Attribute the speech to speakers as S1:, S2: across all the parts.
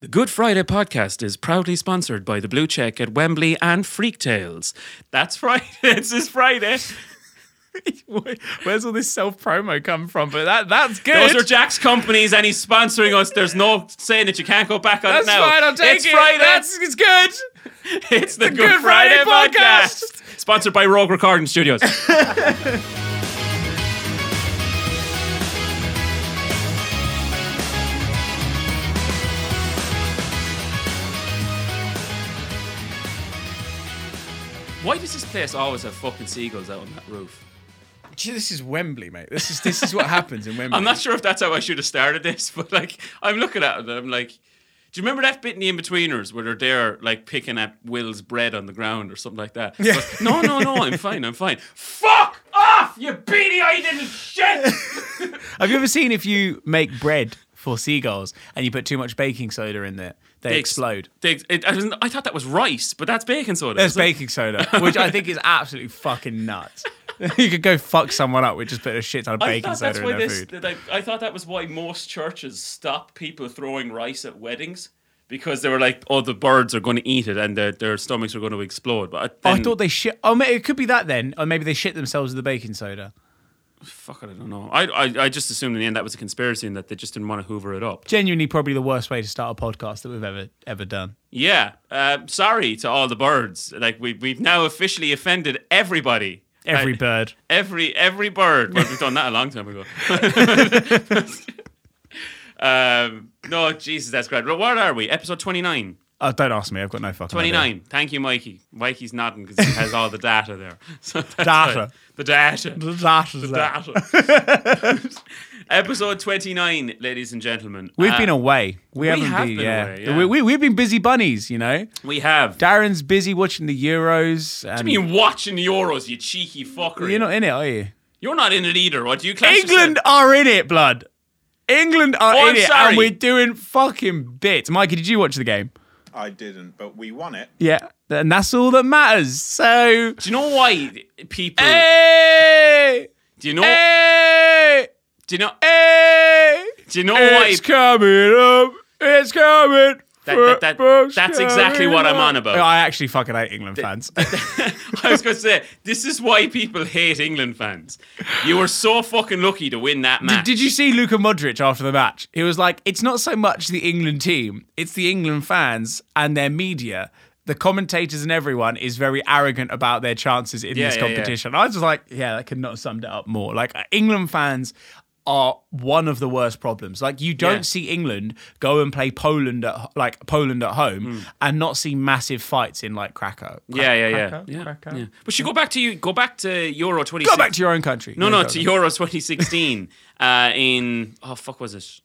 S1: The Good Friday podcast is proudly sponsored by the Blue Check at Wembley and Freak Tales. That's Friday. It's this Friday.
S2: Where's all this self promo come from? But that that's good.
S1: Those are Jack's companies, and he's sponsoring us. There's no saying that you can't go back on
S2: that's
S1: it now.
S2: fine. I'll take
S1: it's
S2: it.
S1: Friday.
S2: That's it's good.
S1: it's the, Good, Friday, podcast. sponsored by Rogue Recording Studios. Why does this place always have fucking seagulls out on that roof?
S2: Gee, this is Wembley, mate. This is this is what happens in Wembley.
S1: I'm not sure if that's how I should have started this, but like I'm looking at it and I'm like, do you remember that bit in the in-betweeners where they're there like picking up Will's bread on the ground or something like that?
S2: Yeah.
S1: But, no, no, no, I'm fine, I'm fine. Fuck off, you beady-eyed little shit!
S3: Have you ever seen if you make bread for seagulls and you put too much baking soda in there, they,
S1: They ex-
S3: explode?
S1: They, it, I, was- I thought that was rice, but that's baking soda.
S3: There's
S1: isn't it?
S3: baking soda, which I think is absolutely fucking nuts. you could go fuck someone up with just putting a shit ton of
S1: I
S3: baking
S1: thought that's
S3: soda
S1: why
S3: in their
S1: this.
S3: food.
S1: That I, I thought that was why most churches stop people throwing rice at weddings because they were like, "Oh, the birds are going to eat it and their, their stomachs are going to explode." But
S3: Oh,
S1: then,
S3: I thought they shit. Oh, ma- it could be that then, or maybe they shit themselves with the baking soda.
S1: Fuck it, I don't know. I, I I just assumed in the end that was a conspiracy and that they just didn't want to hoover it up.
S3: Genuinely, probably the worst way to start a podcast that we've ever ever done.
S1: Yeah. Uh, sorry to all the birds. Like we we've now officially offended everybody.
S3: Every
S1: Uh,
S3: bird.
S1: Every every bird. Well, we've done that a long time ago. um, no, Jesus, that's great. Well, What are we? Episode twenty nine.
S3: Oh, don't ask me. I've got no fucking. idea.
S1: 29. Thank you, Mikey. Mikey's nodding because he has all the data there. So that's
S3: Data.
S1: right. The data.
S3: That is
S1: The
S3: that.
S1: data. Episode 29, ladies and gentlemen.
S3: We've
S1: Uh,
S3: been away. We, haven't
S1: have
S3: been.
S1: been
S3: yeah.
S1: away, yeah.
S3: We, we, we've been busy bunnies. You know.
S1: We have.
S3: Darren's busy watching the Euros. And
S1: I mean, watching the Euros, you cheeky fucker.
S3: You're not in it, are you?
S1: You're not in it either. What do you class
S3: England
S1: yourself-
S3: are in it, blood. England are
S1: Oh, I'm
S3: in it,
S1: sorry.
S3: and we're doing fucking bits. Mikey, did you watch the game?
S4: I didn't, but we won it.
S3: Yeah, and that's all that matters. So,
S1: Do you know why people?
S3: Eh, hey,
S1: do you know?
S3: eh, hey,
S1: do you know?
S3: hey,
S1: Do you know why?
S3: it's coming up, it's coming.
S1: That- that- that-
S3: football's
S1: that's exactly
S3: coming
S1: what I'm
S3: up.
S1: on about.
S3: I actually fucking hate England fans.
S1: I was going to say this is why people hate England fans. You were so fucking lucky to win that match.
S3: Did, did you see Luka Modric after the match? He was like, it's not so much the England team, it's the England fans and their media. The commentators and everyone is very arrogant about their chances in
S1: Yeah,
S3: this
S1: yeah, yeah.
S3: competition. I was just like, yeah, that could not have summed it up more. Like, uh, England fans are one of the worst problems. Like, you don't
S1: Yeah.
S3: see England go and play Poland at ho- like Poland at home and not see massive fights in like Krakow.
S1: Hmm. Yeah, yeah, yeah.
S3: Cracker,
S1: yeah,
S3: cracker.
S1: yeah. But you go back to you go back to Euro 26.
S3: Go back to your own country.
S1: no, no,
S3: go
S1: to
S3: back.
S1: Euro 2016 uh, in oh fuck was it?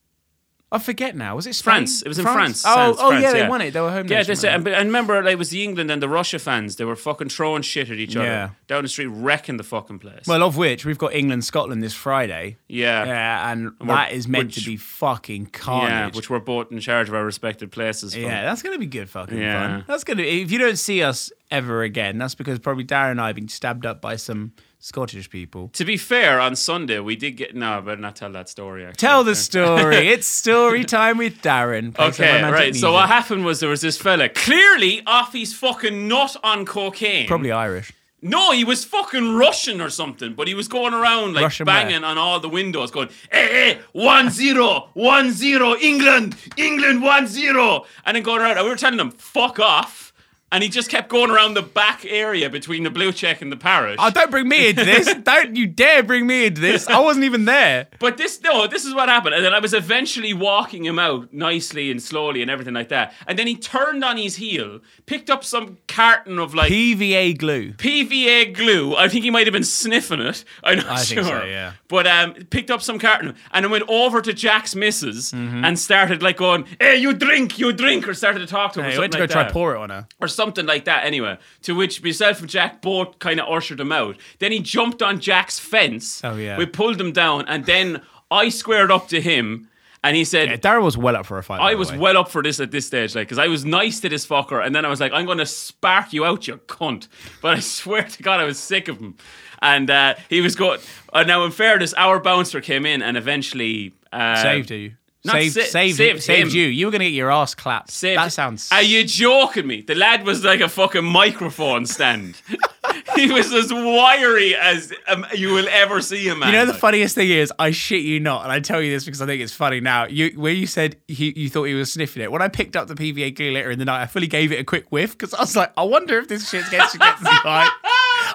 S3: I forget now. Was it Spain?
S1: France. It was in France.
S3: Oh,
S1: France,
S3: oh
S1: France,
S3: yeah, they
S1: yeah.
S3: won it. They were home.
S1: Yeah, um,
S3: nation,
S1: they
S3: weren't
S1: said, and, and remember, like, it was the England and the Russia fans. They were fucking throwing shit at each other
S3: Yeah.
S1: down the street, wrecking the fucking place.
S3: Well, of which we've got England Scotland this Friday.
S1: yeah, yeah,
S3: Yeah, and
S1: we're-
S3: that is meant
S1: which-
S3: to be fucking carnage. Yeah,
S1: which we're both in charge of our respective places. from.
S3: that's gonna be good fucking
S1: Yeah.
S3: fun. That's gonna. If you don't see us ever again, that's because probably Darren and I have been stabbed up by some Scottish people.
S1: To be fair, on Sunday we did get. No, I better not tell that story. Actually.
S3: Tell the story. it's story time with Darren. Play some
S1: Okay,
S3: romantic
S1: right. So
S3: music.
S1: what happened was there was this fella, clearly off his fucking nut on cocaine.
S3: Probably Irish.
S1: No, he was fucking Russian or something, but he was going around like
S3: Russian
S1: banging on all the windows, going, "Hey, hey, one zero, one zero, England, England, one zero," and then going around. And we were telling him, "Fuck off," and he just kept going around the back area between the blue check and the parish.
S3: Oh, don't bring me into this. don't you dare bring me into this. I wasn't even there.
S1: But this, no, this is what happened. And then I was eventually walking him out nicely and slowly and everything like that. And then he turned on his heel, picked up some carton of like
S3: PVA glue.
S1: PVA glue. I think he might have been sniffing it. I'm not
S3: I
S1: sure.
S3: think so, yeah.
S1: But um, picked up some carton and then went over to Jack's missus
S3: Mm-hmm.
S1: and started like going, "Hey, you drink, you drink," or started to talk to him. or
S3: I
S1: something
S3: went to go
S1: like
S3: try
S1: that
S3: pour it on her.
S1: or something like that anyway to which myself and jack both kind of ushered him out then he jumped on jack's fence
S3: Oh, yeah.
S1: we pulled him down and then i squared up to him and he said
S3: Yeah, Darren was well up for a fight. by
S1: I
S3: the
S1: was
S3: way.
S1: well up for this at this stage, like, because I was nice to this fucker, and then I was like, "I'm gonna spark you out, you cunt." But I swear to God, I was sick of him, and uh, he was going. Uh, now, in fairness, our bouncer came in and eventually uh,
S3: saved you.
S1: Not
S3: saved,
S1: sa-
S3: saved,
S1: saved
S3: saved
S1: him.
S3: you. You were gonna get your ass clapped.
S1: Saved-
S3: That sounds.
S1: Are you joking me? The lad was like a fucking microphone stand. he was as wiry as um, you will ever see a man.
S3: You know the
S1: like.
S3: funniest thing is, I shit you not, and I tell you this because I think it's funny now. You where you said he, you thought he was sniffing it. When I picked up the PVA glue later in the night, I fully gave it a quick whiff because I was like, I wonder if this shit's gets gets you high.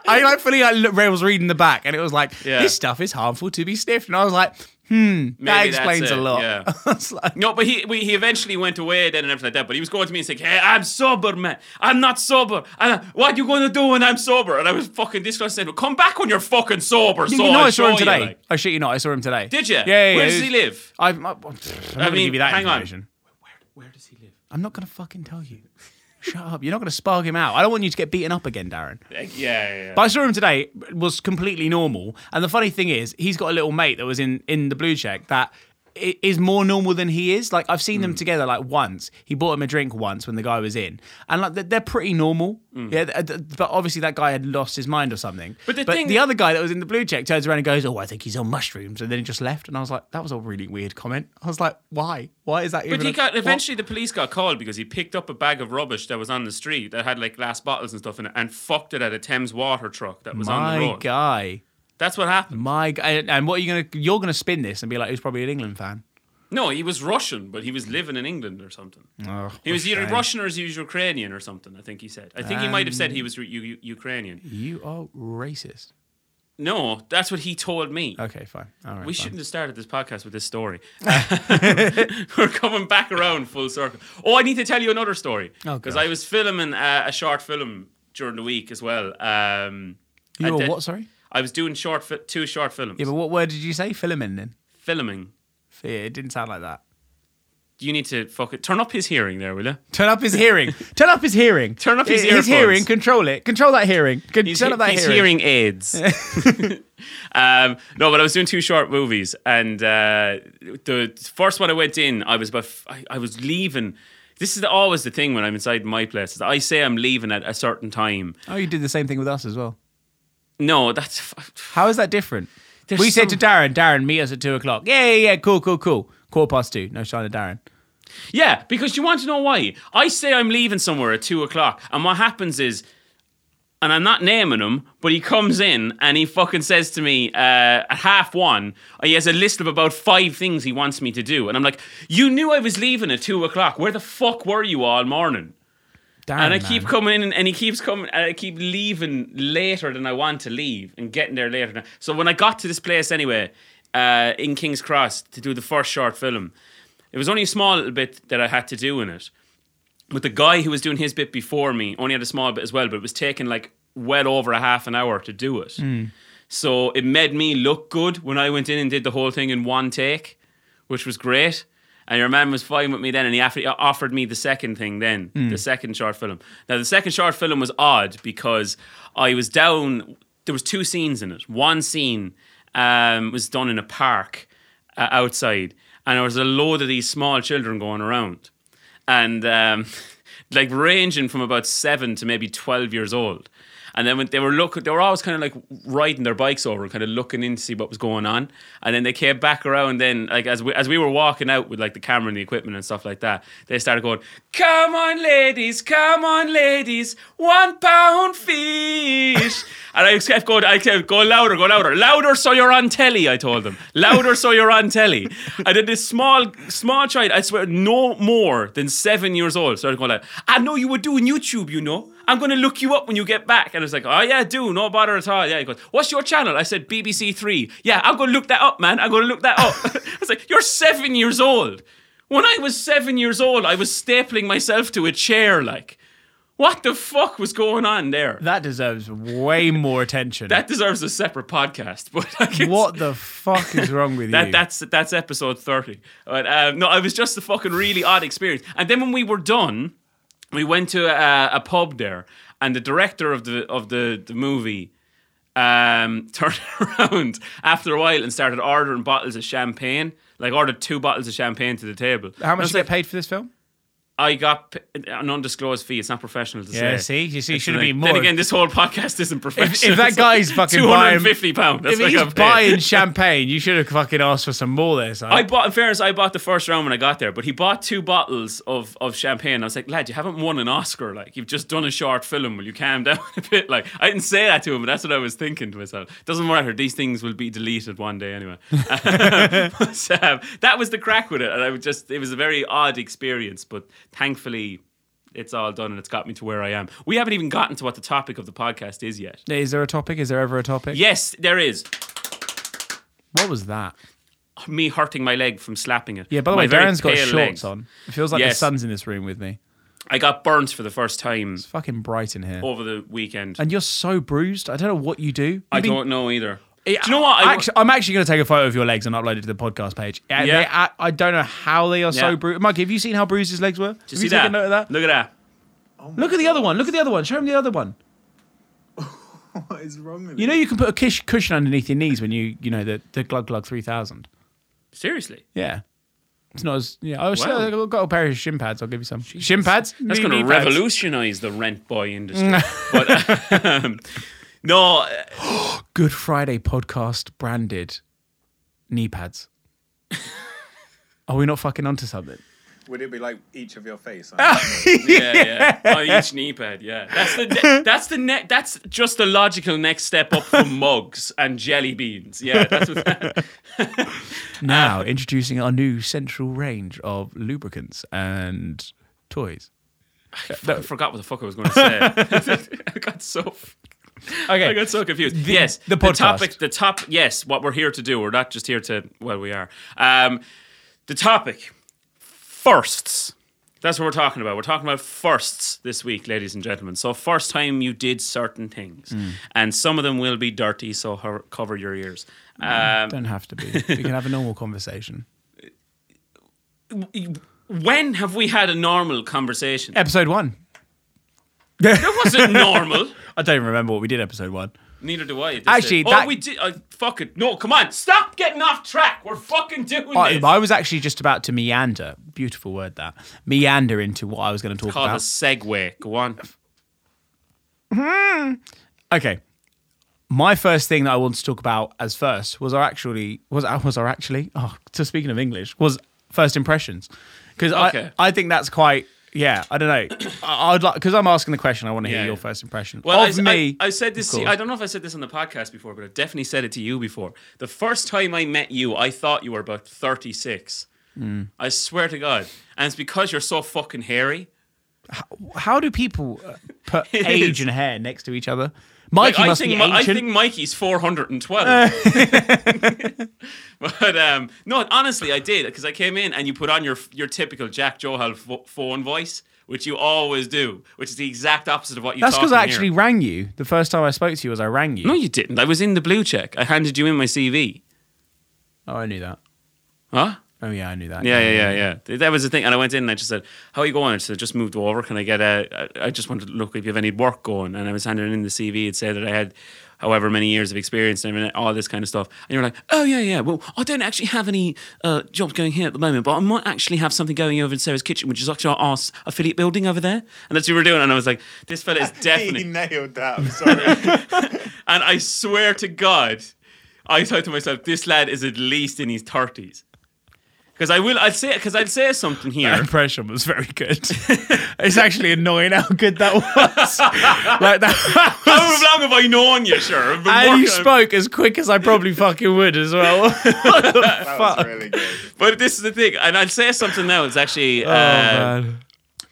S3: I like fully like look, Ray was reading the back, and it was like
S1: Yeah.
S3: this stuff is harmful to be sniffed, and I was like, hmm, that
S1: Maybe that's
S3: explains a
S1: it,
S3: lot.
S1: yeah.
S3: I was like,
S1: No, but he we, he eventually went away then and everything like that. But he was going to me and saying, "Hey, I'm sober, man. I'm not sober. And what you going to do when I'm sober?" And I was fucking disgusted. I said, well, "Come back when you're fucking sober."
S3: you
S1: so
S3: know,
S1: I'll
S3: I saw him
S1: show
S3: today.
S1: You, like.
S3: I shit you not, I saw him today.
S1: Did you?
S3: Yeah.
S1: Where
S3: yeah, yeah,
S1: does
S3: it
S1: he
S3: was-
S1: live?
S3: I, am not gonna
S1: mean,
S3: give you that
S1: hang on.
S3: information.
S1: Where does he live?
S3: I'm not gonna fucking tell you. Shut up. You're not gonna spark him out. I don't want you to get beaten up again, Darren.
S1: Like, yeah, yeah. yeah.
S3: But I saw him today, was completely normal. And the funny thing is, he's got a little mate that was in in the blue check that i- is more normal than he is. Like I've seen them
S1: Hmm.
S3: together like once. He bought him a drink once when the guy was in, and like they're- they're pretty normal. Yeah, th- th- but obviously that guy had lost his mind or something.
S1: Hmm. But the thing-
S3: the other guy that was in the blue check turns around and goes, "Oh, I think he's on mushrooms," and then he just left. And I was like, "That was a really weird comment." I was like, "Why? Why is that?"
S1: But
S3: even
S1: he
S3: a-
S1: got
S3: what?
S1: eventually the police got called because he picked up a bag of rubbish that was on the street that had like glass bottles and stuff in it and fucked it at a Thames water truck that was on the
S3: My
S1: road.
S3: guy.
S1: That's what happened.
S3: My g- and and what are you gonna? You're gonna spin this and be like, "Who's probably an England fan?"
S1: No, he was Russian, but he was living in England or something.
S3: Oh,
S1: he was either
S3: shame.
S1: Russian or he was Ukrainian or something. I think he said. I think he might have said
S3: Um,
S1: he was re- U- U- Ukrainian.
S3: You are racist.
S1: No, that's what he told me.
S3: Okay, fine. All right.
S1: We
S3: fine.
S1: shouldn't have started this podcast with this story. We're coming back around full circle. Oh, I need to tell you another story
S3: Oh,
S1: because
S3: God.
S1: I was filming uh, a short film during the week as well. Um, I
S3: You were
S1: did-
S3: what? Sorry.
S1: I was doing short fi- two short films.
S3: Yeah, but what word did you say? Filament. Then
S1: filming.
S3: F- yeah, it didn't sound like that.
S1: You need to fuck it. Turn up his hearing there, will you?
S3: Turn up his hearing. Turn up his hearing.
S1: Turn up his
S3: his
S1: earphones.
S3: hearing. Control it. Control that hearing. Con-
S1: He's,
S3: turn up that
S1: he's
S3: hearing.
S1: hearing aids. um, no, but I was doing two short movies, and uh, the first one I went in, I was about, f- I, I was leaving. This is always the thing when I'm inside my place. is I say I'm leaving at a certain time.
S3: Oh, you did the same thing with us as well.
S1: No, that's f-
S3: How is that different?
S1: There's
S3: we said to
S1: some-
S3: Darren, Darren, meet us at two o'clock. Yeah, yeah, yeah. Cool, cool, cool. Quarter past two. No sign of Darren.
S1: yeah. Because you want to know why? I say I'm leaving somewhere at two o'clock, and what happens is. and I'm not naming him, but he comes in and he fucking says to me uh, at half one, he has a list of about five things he wants me to do. And I'm like, You knew I was leaving at two o'clock. Where the fuck were you all morning?
S3: Darren.
S1: And I
S3: man.
S1: keep coming in and he keeps coming, and I keep leaving later than I want to leave and getting there later. Than, so when I got to this place anyway, uh, in King's Cross to do the first short film, it was only a small little bit that I had to do in it. But the guy who was doing his bit before me only had a small bit as well, but it was taking like well over a half an hour to do it. So it made me look good when I went in and did the whole thing in one take, which was great. And your man was fine with me then, and he after- offered me the second thing then, the second short film. Now, the second short film was odd because I was down. There was two scenes in it. One scene um, was done in a park uh, outside, and there was a load of these small children going around and um, like ranging from about seven to maybe twelve years old. And then when they were looking, they were always kind of like riding their bikes over, kind of looking in to see what was going on. And then they came back around. Then like as we as we were walking out with like the camera and the equipment and stuff like that, they started going, "Come on, ladies, come on, ladies, one pound fish." and I kept going, I kept go louder, go louder, louder, so you're on telly. I told them, louder, so you're on telly. And then this small small child, I swear, no more than seven years old, started going like, "I know you were doing YouTube, you know." I'm gonna look you up when you get back. And I was like, oh yeah, do, no bother at all. Yeah, he goes, what's your channel? I said BBC Three. Yeah, I'm gonna look that up, man. I'm gonna look that up. I was like, you're seven years old. When I was seven years old, I was stapling myself to a chair. Like, what the fuck was going on there?
S3: That deserves way more attention.
S1: That deserves a separate podcast. But like, it's-
S3: what the fuck is wrong with
S1: that
S3: you?
S1: that's that's episode thirty. But um, no, it was just a fucking really odd experience. And then when we were done, we went to a, a pub there, and the director of the of the the movie um, turned around after a while and started ordering bottles of champagne. Like ordered two bottles of champagne to the table.
S3: How
S1: And I
S3: much
S1: was
S3: did you
S1: like,
S3: get paid for this film?
S1: I got p- an undisclosed fee. It's not professional to
S3: Yeah,
S1: say.
S3: see, you see,
S1: That's
S3: should
S1: the
S3: have been
S1: thing.
S3: more.
S1: Then again, this whole podcast isn't professional.
S3: if that guy's fucking
S1: two hundred
S3: buying-
S1: and fifty pound, that's
S3: if
S1: what I
S3: he's
S1: got paid.
S3: buying champagne, you should have fucking asked for some more there, son.
S1: I bought, in fairness, I bought the first round when I got there, but he bought two bottles of, of champagne. I was like, lad, you haven't won an Oscar. Like, you've just done a short film. Will you calm down a bit? Like, I didn't say that to him, but that's what I was thinking to myself. Doesn't matter. These things will be deleted one day anyway. But, um, that was the crack with it. And I would just, it was a very odd experience, but thankfully, it's all done and it's got me to where I am. We haven't even gotten to what the topic of the podcast is yet.
S3: Is there a topic? Is there ever a topic?
S1: Yes, there is.
S3: What was that?
S1: Me hurting my leg from slapping it.
S3: Yeah, by the
S1: My
S3: way,
S1: very
S3: Darren's got
S1: pale
S3: shorts
S1: legs.
S3: on. It feels like the
S1: Yes.
S3: sun's in this room with me.
S1: I got burnt for the first time
S3: It's fucking bright in here.
S1: over the weekend.
S3: And you're so bruised. I don't know what you do. You've
S1: I
S3: been-
S1: don't know either. Do you know what? I,
S3: Actu- I'm actually going to take a photo of your legs and upload it to the podcast page. Yeah.
S1: Yeah.
S3: they- I, I don't know how they are
S1: Yeah.
S3: so bruised. Mike, have you seen how bruised his legs were?
S1: Did
S3: have
S1: you see that?
S3: taken note of that?
S1: Look at that.
S3: Look at the other one. Look at the other one. Show him the other one.
S4: What is wrong with
S3: You know you can put a kish cushion underneath your knees when you you know the the glug glug three thousand.
S1: Seriously.
S3: Yeah. It's not as yeah. I was
S1: Wow.
S3: I've got a pair of shin pads. I'll give you some shin pads.
S1: That's
S3: Knee-
S1: going to
S3: knee pads.
S1: revolutionize the rent boy industry. but, um, no, uh,
S3: Good Friday podcast branded knee pads. Are we not fucking onto something?
S4: Would it be like each of your face?
S3: Ah,
S1: yeah, yeah. On each knee pad, yeah. That's the ne- that's the ne- that's just the logical next step up from mugs and jelly beans. Yeah, that's what
S3: Now introducing our new central range of lubricants and toys.
S1: I forgot what the fuck I was going to say. I got so I got so confused. yes,
S3: the
S1: the
S3: podcast.
S1: topic, the top. Yes, what we're here to do. We're not just here to. Well, we are. Um, the topic firsts. That's what we're talking about. We're talking about firsts this week, ladies and gentlemen. So first time you did certain things,
S3: Hmm.
S1: and some of them will be dirty. So hur- cover your ears. Um,
S3: Don't have to be. We can have a normal conversation.
S1: when have we had a normal conversation?
S3: Episode one.
S1: That wasn't normal.
S3: I don't even remember what we did. Episode one.
S1: Neither do I. at this
S3: Actually,
S1: stage. oh,
S3: that-
S1: we did. Uh, fuck it. No, come on. Stop getting off track. We're fucking doing
S3: I,
S1: this.
S3: I was actually just about to meander. Beautiful word that meander into what I was going to talk
S1: Called a
S3: about.
S1: segue. Go on.
S3: Okay. My first thing that I wanted to talk about as first was our actually was was our actually oh so speaking of English was first impressions because
S1: Okay.
S3: I I think that's quite yeah I don't know I, I'd like because I'm asking the question I want to hear
S1: Yeah,
S3: your
S1: yeah.
S3: first impression
S1: Well, I,
S3: of
S1: I-
S3: me
S1: I, said this.
S3: course.
S1: I don't know if I said this on the podcast before, but I've definitely said it to you before. The first time I met you, I thought you were about 36.
S3: Hmm.
S1: I swear to God. And it's because you're so fucking hairy.
S3: how do people uh, put
S1: It
S3: age
S1: is.
S3: and hair next to each other Mikey
S1: I
S3: must
S1: think,
S3: be
S1: Mi- I
S3: ancient
S1: think Mikey's 412. but um, no, honestly, I did because I came in and you put on your your typical Jack Johal pho- phone voice, which you always do, which is the exact opposite of what you.
S3: that's
S1: because
S3: because I actually rang you the first time I spoke to you was I rang you
S1: No, you didn't. I was in the blue check. I handed you in my CV.
S3: oh I knew that
S1: Huh?
S3: oh yeah I knew that
S1: Yeah, yeah, yeah, yeah. That was the thing. And I went in and I just said, "How are you going?" I said, "Just moved over. Can I get a? I I just wanted to look if you have any work going." And I was handing in the CV. It said that I had however many years of experience and I mean, all this kind of stuff. And you're like, "Oh yeah, yeah. Well, I don't actually have any uh, jobs going here at the moment, but I might actually have something going over in Sarah's kitchen, which is actually our arse affiliate building over there." And that's what you were doing. And I was like, "This fella is
S4: he
S1: definitely."
S4: nailed that. I'm sorry.
S1: And I swear to God, I thought to myself, "This lad is at least in his thirties. Because I will, I'll say, because I'll say something here.
S3: impression was very good. it's actually annoying how good that was. like that.
S1: How long have I known you, sure? I've been
S3: and you
S1: working-
S3: spoke as quick as I probably fucking would as well.
S4: that was
S1: Oh,
S4: really good.
S1: But this is the thing, and I'll say something now. It's actually uh,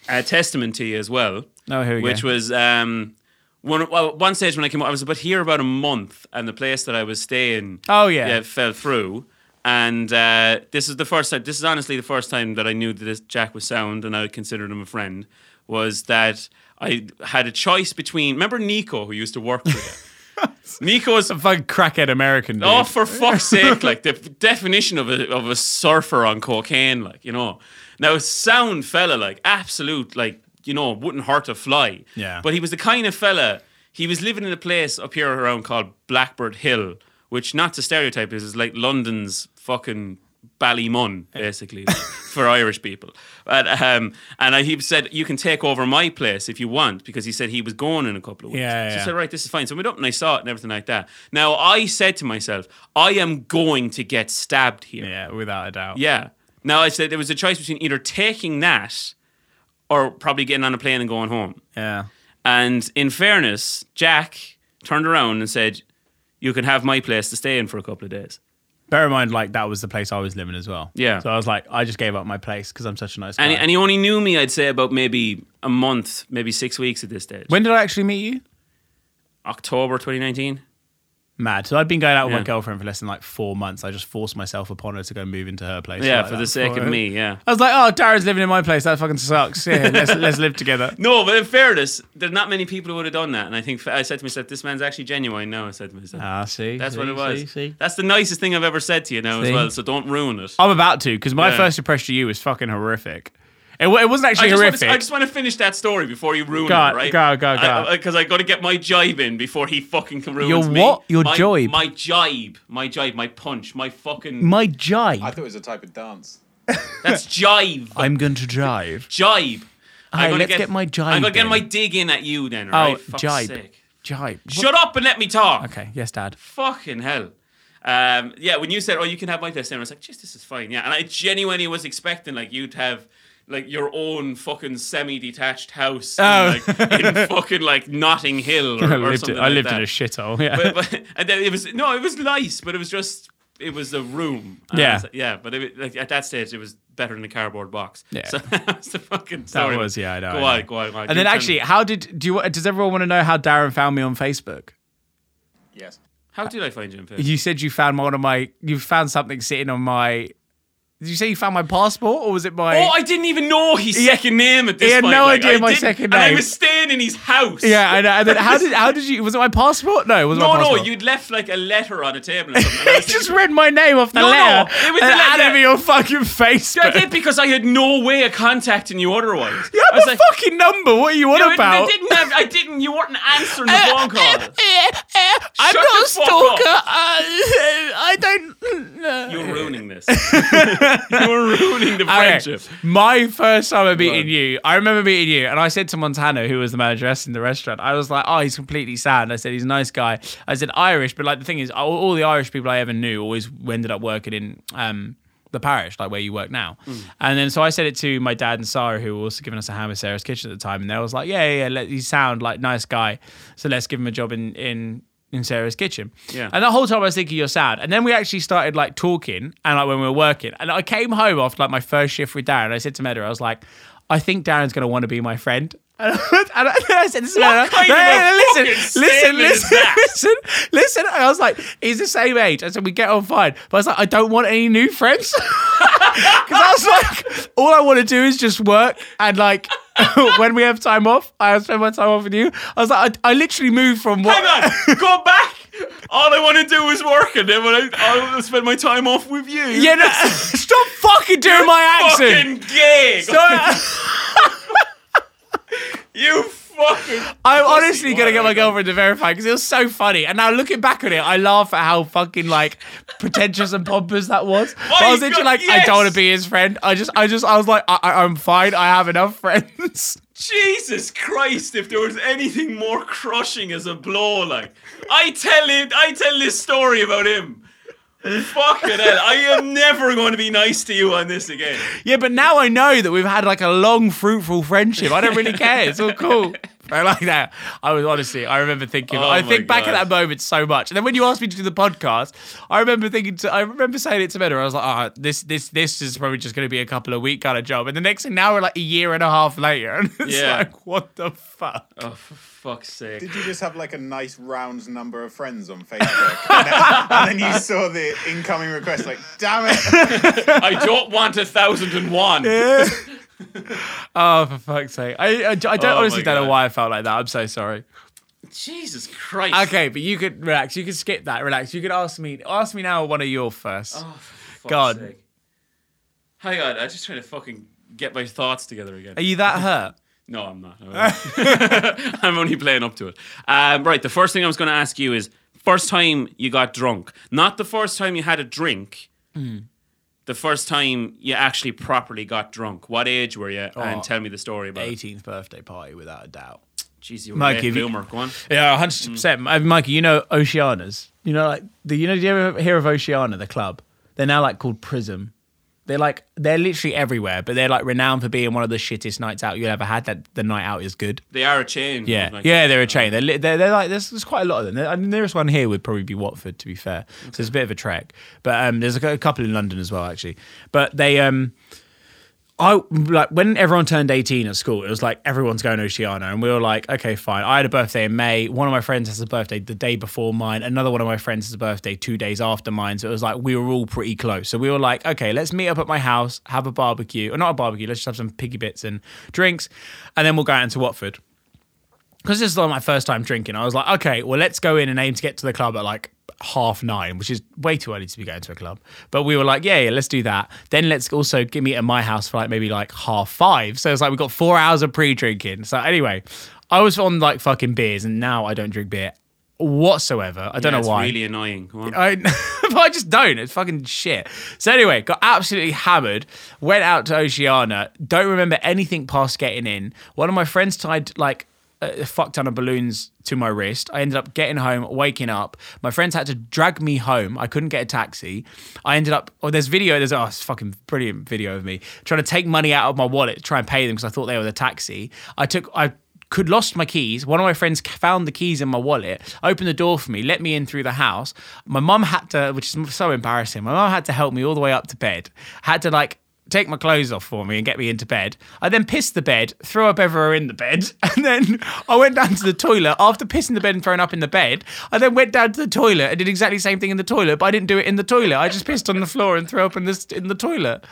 S1: a testament to you as well.
S3: Oh, here we
S1: which
S3: go.
S1: was um, one well, one stage when I came up, I was about here about a month, and the place that I was staying,
S3: Oh, yeah.
S1: fell through. And uh, this is the first time. This is honestly the first time that I knew that this Jack was sound, and I considered him a friend. Was that I had a choice between? Remember Nico, who used to work with you. Nico was
S3: fucking crackhead American dude.
S1: Oh, for fuck's sake! Like the definition of a of a surfer on cocaine, like you know. Now, a sound fella, like absolute, like you know, wouldn't hurt a fly.
S3: Yeah.
S1: But he was the kind of fella. He was living in a place up here around called Blackbird Hill, which, not to stereotype, is, is like London's fucking Ballymun,
S3: Eh.
S1: basically, for Irish people. But, um, and I, he said, You can take over my place if you want, because he said he was gone in a couple of weeks.
S3: Yeah,
S1: so I
S3: yeah.
S1: said, Right, this is fine. So I went up and I saw it and everything like that. Now, I said to myself, I am going to get stabbed here.
S3: Yeah, without a doubt.
S1: Yeah. Now I said there was a choice between either taking that or probably getting on a plane and going home.
S3: Yeah.
S1: And in fairness, Jack turned around and said, You can have my place to stay in for a couple of days.
S3: Bear in mind, like that was the place I was living as well.
S1: Yeah.
S3: So I was like, I just gave up my place because I'm such a nice guy.
S1: And, he, and he only knew me, I'd say, about maybe a month, maybe six weeks at this stage.
S3: when did I actually meet you?
S1: October 2019.
S3: Mad. So I'd been going out with
S1: Yeah.
S3: my girlfriend for less than like four months. I just forced myself upon her to go move into her place.
S1: Yeah,
S3: like
S1: for
S3: that.
S1: the sake of me, yeah.
S3: I was like, oh, Darren's living in my place. That fucking sucks. Yeah, let's, let's live together.
S1: No, but in fairness, there's not many people who would have done that. And I think I said to myself, this man's actually genuine now. I said to myself,
S3: Ah, see.
S1: that's
S3: see,
S1: what it was.
S3: See, see.
S1: That's the nicest thing I've ever said to you now as
S3: See?
S1: well. So don't ruin it.
S3: I'm about to because my
S1: Yeah.
S3: first impression of you was fucking horrific. It, wa- it wasn't
S1: I
S3: actually
S1: just, want
S3: horrific.
S1: to, I just want to finish that story before you ruin
S3: Go,
S1: it, right?
S3: go, go, go.
S1: Because I, got to get my jibe in before he fucking can ruin
S3: Your
S1: me.
S3: what? Your
S1: my,
S3: jibe?
S1: My jibe. My jibe. My punch. My fucking.
S3: my
S4: I
S3: jive.
S4: thought it was a type of dance.
S1: That's jibe.
S3: I'm going to drive.
S1: Jibe.
S3: Aye,
S1: I'm gonna
S3: let's get my jibe
S1: I'm gonna get
S3: in.
S1: my dig in at you then,
S3: Oh,
S1: right? Fuck's
S3: jibe.
S1: sake.
S3: Jive.
S1: Shut up and let me talk.
S3: Okay. Yes, Dad.
S1: Fucking hell. Um, yeah, when you said, "Oh, you can have my place," and I was like, "Just this is fine." Yeah, and I genuinely was expecting like you'd have like your own fucking semi-detached house,
S3: Oh.
S1: in, like, in fucking like Notting Hill or,
S3: I
S1: or
S3: lived,
S1: something
S3: it, I
S1: like
S3: lived
S1: that.
S3: in a shithole. Yeah.
S1: but, but, and then it was no, it was nice, but it was just it was a room. And I
S3: Yeah.
S1: was- yeah. But it, like at that stage, it was better than a cardboard box.
S3: Yeah.
S1: so that was the fucking story.
S3: was, yeah, I know,
S1: Go
S3: I
S1: on,
S3: know.
S1: go on, go on.
S3: and
S1: You
S3: then
S1: tell
S3: actually,
S1: me.
S3: how did do you? Does everyone want to know how Darren found me on Facebook?
S4: Yes.
S1: how did I find you? In Finn?
S3: You said you found one of my. You found something sitting on my. Did you say you found my passport or was it my?
S1: Oh, I didn't even know his second name at this
S3: he had
S1: point.
S3: no
S1: like,
S3: idea
S1: I
S3: my
S1: didn't-
S3: second
S1: And I
S3: name.
S1: was staying in his house.
S3: yeah, I know. And then how did how did you? Was it my passport? No, it wasn't
S1: No,
S3: my
S1: no,
S3: passport.
S1: you'd left like a letter on a table or something. and I
S3: They
S1: was
S3: just
S1: thinking,
S3: read my name off the
S1: No, no,
S3: letter.
S1: it was
S3: and
S1: the letter.
S3: added me on fucking
S1: I
S3: Facebook.
S1: did because I had no way of contacting you otherwise.
S3: You
S1: I
S3: have
S1: was
S3: a
S1: like,
S3: fucking number. What are you on
S1: "No, I- I
S3: about?
S1: didn't have, I didn't, you weren't answering the phone call.
S3: I'm
S1: Shut
S3: not
S1: the fuck
S3: a stalker.
S1: up.
S3: Uh, I don't. Uh,
S1: You're ruining this. You're ruining the
S3: Okay.
S1: friendship.
S3: My first time of meeting you, I remember meeting you, and I said to Montano, who was the manager in the restaurant, I was like, "Oh, he's completely sad." I said, "He's a nice guy." I said, "Irish," but like the thing is, all, all the Irish people I ever knew always ended up working in um, the parish, like where you work now.
S1: Hmm.
S3: And then so I said it to my dad and Sarah, who were also giving us a ham at Sarah's kitchen at the time, and they was like, "Yeah, yeah, yeah let, he sound like nice guy, so let's give him a job in in." In Sarah's kitchen,
S1: Yeah.
S3: And the whole time I was thinking you're sad, and then we actually started like talking, and like when we were working, and I came home after like my first shift with Darren. I said to Meda, I was like, I think Darren's gonna want to be my friend. And I, and I, I said, listen, Meda,
S1: kind of a fucking
S3: listen, listen,
S1: statement is
S3: listen,
S1: that?
S3: listen, listen. And I was like, he's the same age. I said, we get on fine, but I was like, I don't want any new friends because I was like, all I want to do is just work and like. when we have time off, I spend my time off with you. I was like, I, I literally moved from what?
S1: Hang on, go back. All I want to do is work, and then when I, I want to spend my time off with you.
S3: Yeah, no, stop fucking doing my accent.
S1: Fucking gig.
S3: So I-
S1: you fucking.
S3: I'm
S1: pussy.
S3: honestly gonna get my girlfriend to verify because it was so funny. And now looking back on it, I laugh at how fucking like pretentious and pompous that was. But I was
S1: you
S3: literally
S1: got-
S3: like, I don't want
S1: yes.
S3: to be his friend. I just, I just, I was like, I, I, I'm fine. I have enough friends.
S1: Jesus Christ, if there was anything more crushing as a blow, like I tell him I tell this story about him. Fucking hell, I am never going to be nice to you on this again.
S3: yeah, but now I know that we've had like a long, fruitful friendship. I don't really care. It's all cool. I like that. I was honestly, I remember thinking,
S1: Oh
S3: I
S1: my
S3: think back at
S1: God.
S3: that moment so much. And then when you asked me to do the podcast, I remember thinking, to, I remember saying it to Meta. I was like, ah, this, this, this is probably just going to be a couple of week kind of job. And the next thing now we're like a year and a half later, and it's
S1: Yeah.
S3: like, what the fuck?
S1: Oh, for fuck's sake.
S4: Did you just have like a nice round number of friends on Facebook? and, then, and then you saw the incoming request, like, damn it.
S1: I don't want a thousand and one.
S3: Oh, for fuck's sake! I, I, I don't
S1: Oh my
S3: honestly don't
S1: God.
S3: know why I felt like that. I'm so sorry.
S1: Jesus Christ.
S3: Okay, but you could relax. You could skip that. Relax. You could ask me. Ask me now one of your first.
S1: Oh, for fuck's
S3: God.
S1: sake. Hang on, I'm just trying to fucking get my thoughts together again.
S3: Are you that hurt?
S1: No, I'm not. I'm only playing up to it. Um, right, the first thing I was going to ask
S3: Hmm.
S1: you is first time you got drunk, not the first time you had a drink, the first time you actually properly got drunk? What age were you?
S3: Oh,
S1: and tell me the story about it.
S3: 18th birthday party, without a doubt.
S1: Jeez, you were a
S3: Mike,
S1: late
S3: if you-
S1: bloomer. Go on.
S3: Yeah, 100%. Uh, Mikey, you know Oceanas? You know, like, the, you know, do you ever hear of Oceana, the club? They're now like called Prism. They're like, they're literally everywhere, but they're like renowned for being one of the shittest nights out you'll ever had. That the night out is good.
S1: They are a chain.
S3: Yeah,
S1: Like-
S3: yeah, they're a chain. They're, li- they're, they're like there's, there's quite a lot of them. They're- I mean, the nearest one here would probably be Watford, to be fair. So it's a bit of a trek, but um, there's a, cou- a couple in London as well, actually. But they um. I like when everyone turned 18 at school, it was like everyone's going Oceania. And we were like, okay, fine. I had a birthday in May. One of my friends has a birthday the day before mine. Another one of my friends has a birthday two days after mine. So it was like we were all pretty close. So we were like, okay, let's meet up at my house, have a barbecue. Or not a barbecue, let's just have some piggy bits and drinks. And then we'll go out into Watford. Because this is like my first time drinking. I was like, okay, well, let's go in and aim to get to the club at like half nine, which is way too early to be going to a club. But we were like, yeah, yeah, let's do that. Then let's also get meet at my house for like maybe like half five. So it's like we got four hours of pre-drinking. So anyway, I was on like fucking beers, and now I don't drink beer whatsoever. I don't
S1: Yeah,
S3: know
S1: it's
S3: why.
S1: really annoying. Go on.
S3: I, but I just don't. It's fucking shit. So anyway, got absolutely hammered. Went out to Oceania. Don't remember anything past getting in. One of my friends tied like a fuck ton of balloons to my wrist. I ended up getting home, waking up. My friends had to drag me home. I couldn't get a taxi. I ended up. Oh, there's video. There's oh, it's fucking brilliant video of me trying to take money out of my wallet, to try and pay them because I thought they were the taxi. I took. I could lost my keys. One of my friends c- found the keys in my wallet, opened the door for me, let me in through the house. My mum had to, which is so embarrassing. My mum had to help me all the way up to bed. Had to like take my clothes off for me and get me into bed. I then pissed the bed, threw up everywhere in the bed, and then I went down to the toilet after pissing the bed and throwing up in the bed. I then went down to the toilet and did exactly the same thing in the toilet, but I didn't do it in the toilet. I just pissed on the floor and threw up in the in the toilet.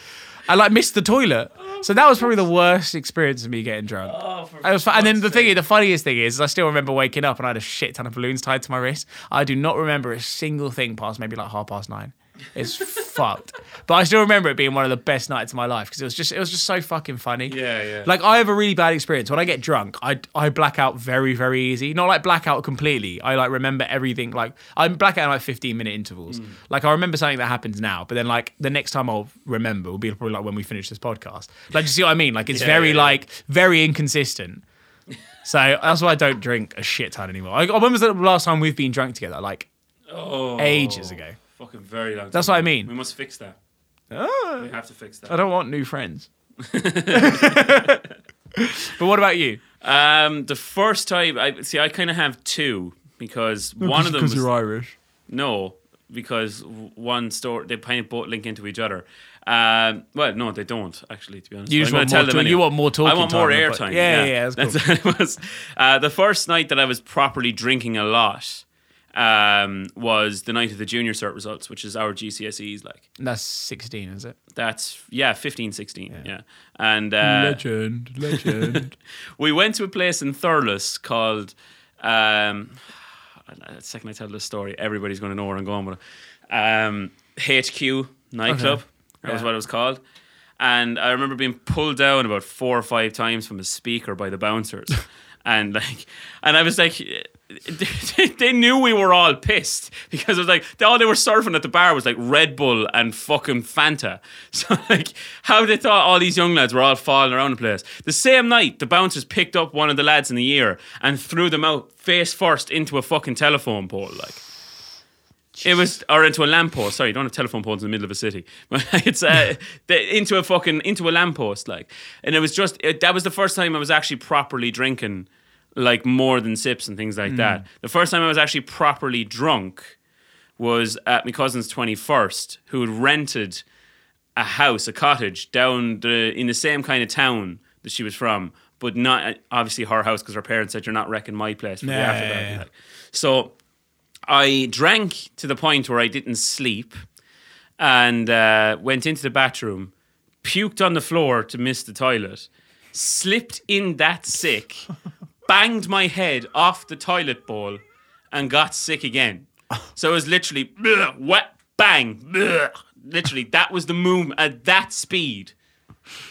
S3: I like missed the toilet. So that was probably the worst experience of me getting drunk. I was, and then the thing, the funniest thing is, is I still remember waking up and I had a shit ton of balloons tied to my wrist. I do not remember a single thing past maybe like half past nine. It's fucked, but I still remember it being one of the best nights of my life because it was just it was just so fucking funny.
S1: Yeah, yeah.
S3: Like I have a really bad experience when I get drunk. I I black out very very easy. Not like black out completely. I like remember everything. Like I black out in like fifteen minute intervals.
S1: Mm.
S3: Like I remember something that happens now, but then like the next time I'll remember will be probably like when we finish this podcast. Like you see what I mean? Like it's
S1: Yeah,
S3: very
S1: yeah, yeah.
S3: like very inconsistent. So that's why I don't drink a shit ton anymore. Like, when was the last time we've been drunk together? Like
S1: oh,
S3: Uh, ages ago.
S1: Fucking very long.
S3: That's
S1: time
S3: what I
S1: ago.
S3: mean. Ah.
S1: We must fix that. We have to fix that.
S3: I don't want new friends. but what about you?
S1: Um, the first time I see, I kind of have two because one of them was
S3: Irish.
S1: no, because w- one story they kind of both link into each other. Um, well, no, they don't actually. To be honest,
S3: You
S1: I'm
S3: just
S1: gonna
S3: want
S1: tell
S3: more
S1: them
S3: talk-
S1: anyway.
S3: you want more talking
S1: I want
S3: time
S1: more
S3: on the
S1: airtime.
S3: pod- Yeah, yeah, that's
S1: it was uh, the first night that I was properly drinking a lot. Um, was the night of the junior cert results, which is our GCSEs. Like
S3: That's 16, is it?
S1: that's yeah, 15, 16. Yeah, and uh,
S3: legend, legend.
S1: we went to a place in Thurles called. Um, the second I tell this story, everybody's going to know where I'm going with it. Um, HQ nightclub. That was
S3: Yeah.
S1: what it was called. And I remember being pulled down about four or five times from a speaker by the bouncers, and like, and I was like. they knew we were all pissed because it was like all they were serving at the bar was like Red Bull and fucking Fanta. So like how they thought all these young lads were all falling around the place. The same night, the bouncers picked up one of the lads in the ear and threw them out face first into a fucking telephone pole. Like it was or into a lamppost. Sorry, you don't have telephone poles in the middle of a city, but it's uh, the, into a fucking into a lamppost. Like, and it was just it, that was the first time I was actually properly drinking, like more than sips and things like that. The first time I was actually properly drunk was at my cousin's twenty first, who had rented a house, a cottage down the in the same kind of town that she was from, but not obviously her house because her parents said you're not wrecking my place. For the
S3: Yeah,
S1: after
S3: yeah,
S1: that."
S3: yeah.
S1: Like, so I drank to the point where I didn't sleep and uh, went into the bathroom, puked on the floor to miss the toilet, slipped in that sick, banged my head off the toilet bowl, and got sick again. So it was literally bleh, wet, bang, bleh. literally that was the movement at that speed.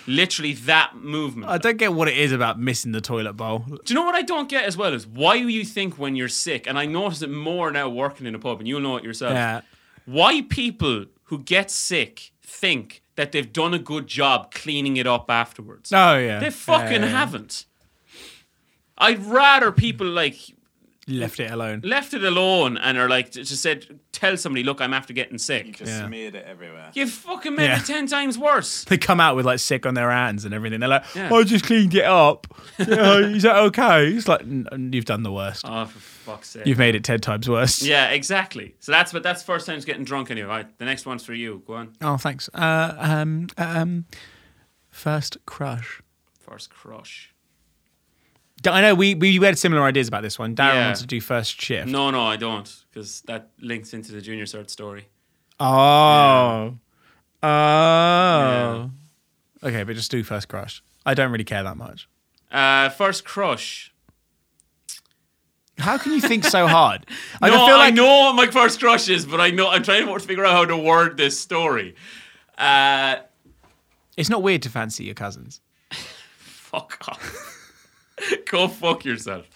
S1: Literally that movement.
S3: I don't get what it is about missing the toilet bowl.
S1: Do you know what I don't get as well is why do you think when you're sick, and I notice it more now working in a pub, and you'll know it yourself.
S3: Yeah.
S1: Why people who get sick think that they've done a good job cleaning it up afterwards.
S3: Oh yeah,
S1: They fucking
S3: Yeah, yeah, yeah.
S1: haven't. I'd rather people like
S3: left it alone.
S1: left it alone and are like just said, tell somebody, look, I'm after getting
S4: You
S1: sick.
S4: just
S3: Yeah.
S4: smeared it everywhere.
S1: You fucking made
S3: Yeah.
S1: it ten times worse.
S3: They come out with like sick on their hands and everything. They're like,
S1: Yeah.
S3: "I just cleaned it up. Oh, Is that okay?" It's like, "N- "You've done the worst.
S1: Oh, for fuck's sake.
S3: You've made it ten times worse."
S1: yeah, exactly. So that's but that's first time's getting drunk anyway. Right, the next one's for you. Go on.
S3: Oh, thanks. Uh, um, um, first crush.
S1: First crush.
S3: D- I know we, we had similar ideas about this one. Darren
S1: Yeah.
S3: wants to do first shift.
S1: No, no, I don't, because that links into the junior cert story.
S3: Oh. Oh. Okay, but just do first crush. I don't really care that much.
S1: Uh, first crush.
S3: How can you think so hard? I
S1: no,
S3: don't feel like
S1: I know what my first crush is, but I know I'm trying to figure out how to word this story. Uh,
S3: it's not weird to fancy your cousins.
S1: fuck off. Go fuck yourself.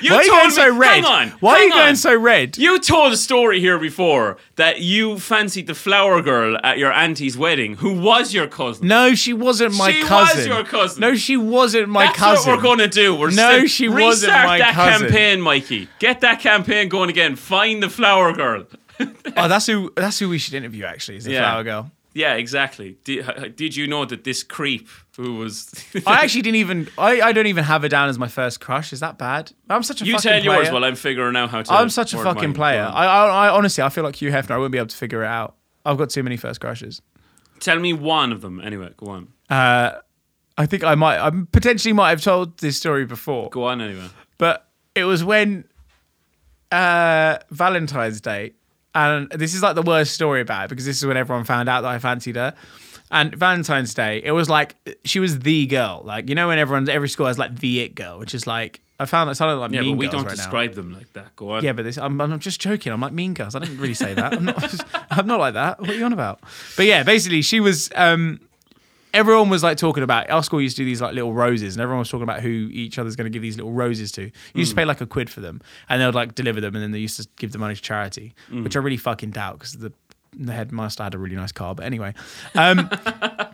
S1: You
S3: Why are you
S1: told
S3: going so
S1: me-
S3: red?
S1: Hang on.
S3: Why are
S1: hang
S3: you going
S1: on.
S3: so red?
S1: You told a story here before that you fancied the flower girl at your auntie's wedding, who was your cousin.
S3: No, she wasn't my
S1: She was
S3: cousin.
S1: your cousin.
S3: No, she wasn't my
S1: That's
S3: cousin.
S1: what we're going to do. We're
S3: No,
S1: sti-
S3: she
S1: restart
S3: wasn't my
S1: that
S3: cousin.
S1: campaign, Mikey. Get that campaign going again. Find the flower girl.
S3: oh, that's who. That's who we should interview. Actually, is the
S1: Yeah.
S3: flower girl.
S1: Yeah, exactly. Did, did you know that this creep who was?
S3: I actually didn't even. I, I don't even have her down as my first crush. Is that bad? I'm such a
S1: you
S3: fucking
S1: tell
S3: player.
S1: yours while I'm figuring out how to.
S3: I'm such a
S1: word
S3: fucking
S1: mine.
S3: player.
S1: Go on.
S3: I, I, I honestly, I feel like Hugh Hefner. I wouldn't be able to figure it out. I've got too many first crushes.
S1: Tell me one of them anyway. Go on.
S3: I think I might, I potentially might have told this story before,
S1: Go on anyway.
S3: but it was when uh, Valentine's Day, and this is like the worst story about it because this is when everyone found out that I fancied her. And Valentine's Day, it was like she was the girl. Like you know when everyone, every school has like the it girl, which is like I found that sounded like
S1: Yeah,
S3: Mean
S1: but we
S3: Girls
S1: don't
S3: right now.
S1: describe them like that. Go on.
S3: Yeah, but this, I'm, I'm just joking. I'm like mean girls. I didn't really say that. I'm not, I'm not like that. What are you on about? But yeah, basically, she was. Um, everyone was like talking about. Our school used to do these like little roses, and everyone was talking about who each other's going to give these little roses to. You used to pay like a quid for them, and they would like deliver them, and then they used to give the money to charity, which I really fucking doubt because the the headmaster had a really nice car. But anyway, um,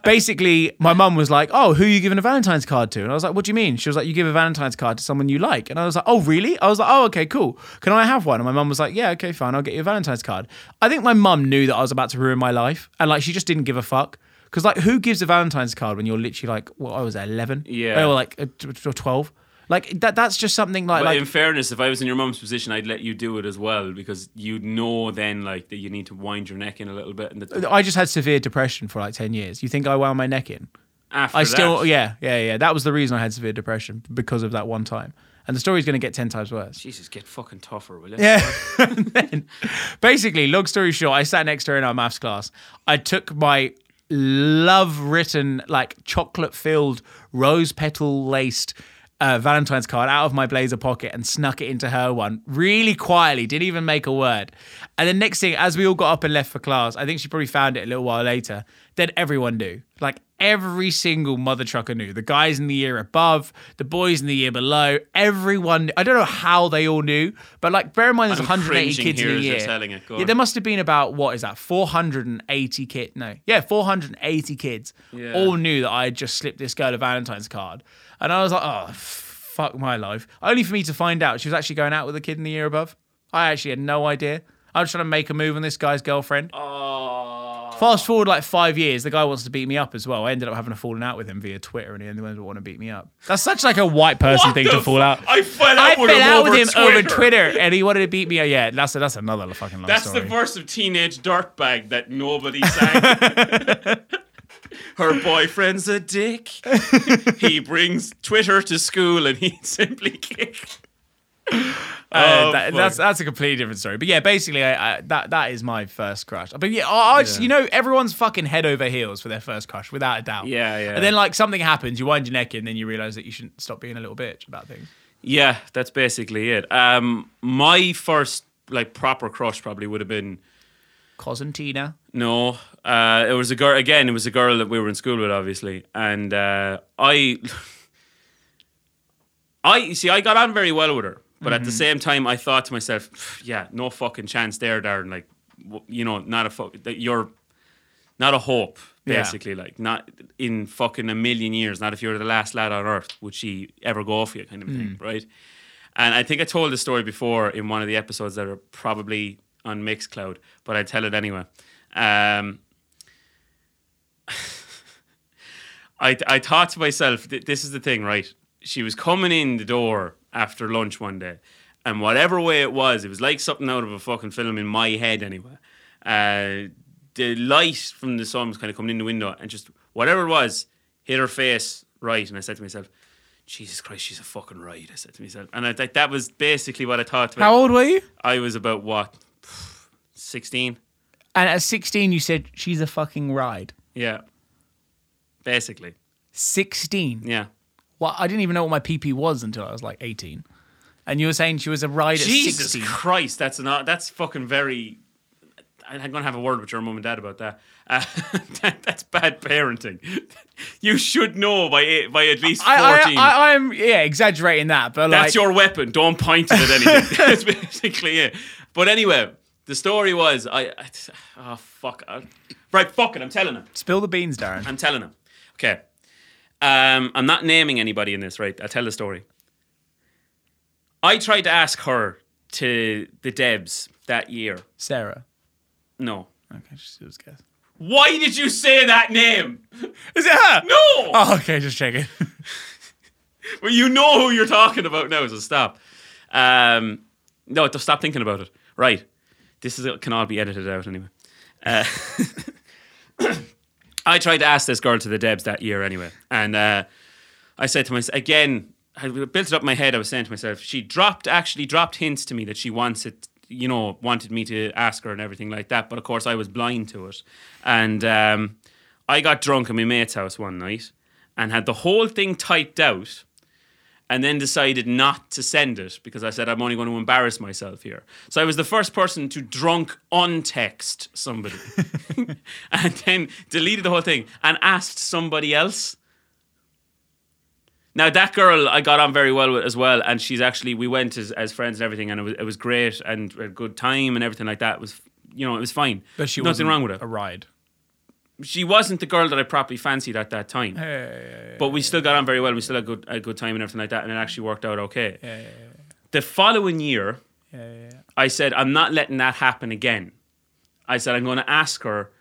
S3: basically, my mum was like, "Oh, who are you giving a Valentine's card to?" And I was like, "What do you mean?" She was like, "You give a Valentine's card to someone you like." And I was like, "Oh, really?" I was like, "Oh, okay, cool. Can I have one?" And my mum was like, "Yeah, okay, fine. I'll get you a Valentine's card." I think my mum knew that I was about to ruin my life, and like she just didn't give a fuck. Cause like, who gives a Valentine's card when you're literally like, what? I was eleven,
S1: Yeah.
S3: or like uh, t- t- twelve. Like that. That's just something like
S1: But
S3: like
S1: in fairness, if I was in your mum's position, I'd let you do it as well because you'd know then like that you need to wind your neck in a little bit. And that
S3: I just had severe depression for like 10 years. You think I wound my neck in?
S1: after
S3: I still,
S1: that-
S3: yeah, yeah, yeah. That was the reason I had severe depression because of that one time. And the story's going to get 10 times worse.
S1: Jesus, get fucking tougher, will you?
S3: Yeah. And then, basically, long story short, I sat next to her in our maths class. I took my love written, like chocolate filled, rose petal laced uh, Valentine's card out of my blazer pocket and snuck it into her one really quietly, didn't even make a word. And the next thing, as we all got up and left for class, I think she probably found it a little while later, then everyone knew. Like every single mother trucker knew. The guys in the year above, the boys in the year below, everyone. I don't know how they all knew, but like bear in mind there's
S1: I'm
S3: 180
S1: cringing
S3: kids in
S1: here
S3: a
S1: as
S3: year.
S1: you're telling it. Go
S3: yeah,
S1: on.
S3: there must have been about what is that 480 kids? No, yeah, 480 kids
S1: Yeah.
S3: all knew that I had just slipped this girl a Valentine's card, and I was like, oh. f- Fuck my life. Only for me to find out she was actually going out with a kid in the year above. I actually had no idea. I was trying to make a move on this guy's girlfriend.
S1: Oh.
S3: Fast forward like five years, the guy wants to beat me up as well. I ended up having a falling out with him via Twitter, and he ended up wanting to beat me up. That's such like a white person
S1: What
S3: thing
S1: the
S3: to fall out.
S1: f- I fell out
S3: I
S1: with
S3: fell
S1: him,
S3: out
S1: over,
S3: with him over
S1: Twitter.
S3: Twitter, and he wanted to beat me. up. Yeah, that's that's another fucking long
S1: That's
S3: story.
S1: the verse of teenage dirtbag that nobody sang. Her boyfriend's a dick. he brings Twitter to school and he simply kicks.
S3: Uh,
S1: Oh,
S3: that-
S1: fuck.
S3: that's that's a completely different story. But yeah, basically, I, I, that that is my first crush. But yeah, I, I just you know everyone's fucking head over heels for their first crush, without a doubt.
S1: Yeah, yeah.
S3: And then like something happens, you wind your neck in, then you realize that you shouldn't stop being a little bitch about things.
S1: Yeah, that's basically it. Um, my first like proper crush probably would have been
S3: Cosentina.
S1: no. Uh, it was a girl again. It was a girl that we were in school with, obviously, and uh, I, I you see, I got on very well with her, but at the same time, I thought to myself, yeah, no fucking chance there, Darren. Like, w- you know, not a fuck. That you're not a hope.
S3: Yeah.
S1: Basically, like not in fucking a million years, not if you were the last lad on earth, would she ever go off you, kind of thing, right? And I think I told this story before in one of the episodes that are probably on Mixcloud, but I tell it anyway. Um, I, I thought to myself, th- this is the thing, right? She was coming in the door after lunch one day, and whatever way it was, it was like something out of a fucking film in my head, anyway. Uh, the light from the sun was kind of coming in the window, and just whatever it was hit her face right. And I said to myself, Jesus Christ, she's a fucking ride. I said to myself, and I, that, that was basically what I thought. To
S3: How old were you?
S1: I was about what, sixteen?
S3: And at 16, you said she's a fucking ride.
S1: Yeah, basically,
S3: 16.
S1: yeah.
S3: Well, I didn't even know what my PP was until I was like 18. And you were saying she was a ride at
S1: Jesus
S3: 16.
S1: Christ, that's not that's fucking very. I'm gonna have a word with your mum and dad about that. Uh, that that's bad parenting. You should know by eight, by at least
S3: I,
S1: fourteen.
S3: I, I, I'm yeah exaggerating that, but
S1: that's
S3: like
S1: your weapon. Don't point it at anything. that's basically it. But anyway, the story was I. I oh fuck! I- right, fuck it. I'm telling him.
S3: spill the beans, Darren.
S1: I'm telling him. Okay. Um, I'm not naming anybody in this, right? I'll tell the story. I tried to ask her to the Debs that year.
S3: Sarah.
S1: No.
S3: Okay, just it was guess.
S1: Why did you say that name?
S3: Is it her?
S1: No.
S3: Oh, okay, just checking.
S1: Well, you know who you're talking about now, so stop. Um, no, just stop thinking about it. Right. This is can all be edited out anyway. Uh, I tried to ask this girl to the Debs that year anyway, and uh, I said to myself again. I built it up in my head. I was saying to myself, she dropped actually dropped hints to me that she wants it. You know, wanted me to ask her and everything like that. But of course, I was blind to it, and um, I got drunk at my mate's house one night and had the whole thing typed out and then decided not to send it because I said I'm only going to embarrass myself here. So I was the first person to drunk on text somebody and then deleted the whole thing and asked somebody else. Now that girl I got on very well with as well, and she's actually we went as, as friends and everything, and it was it was great and a good time and everything like that. It was you know it was fine.
S3: But she
S1: nothing
S3: wasn't
S1: wrong with it
S3: A ride.
S1: she wasn't the girl that I properly fancied at that time. but we still got on very well. We still had good a good time and everything like that, and it actually worked out okay. The following year, I said I'm not letting that happen again. I said I'm going to ask her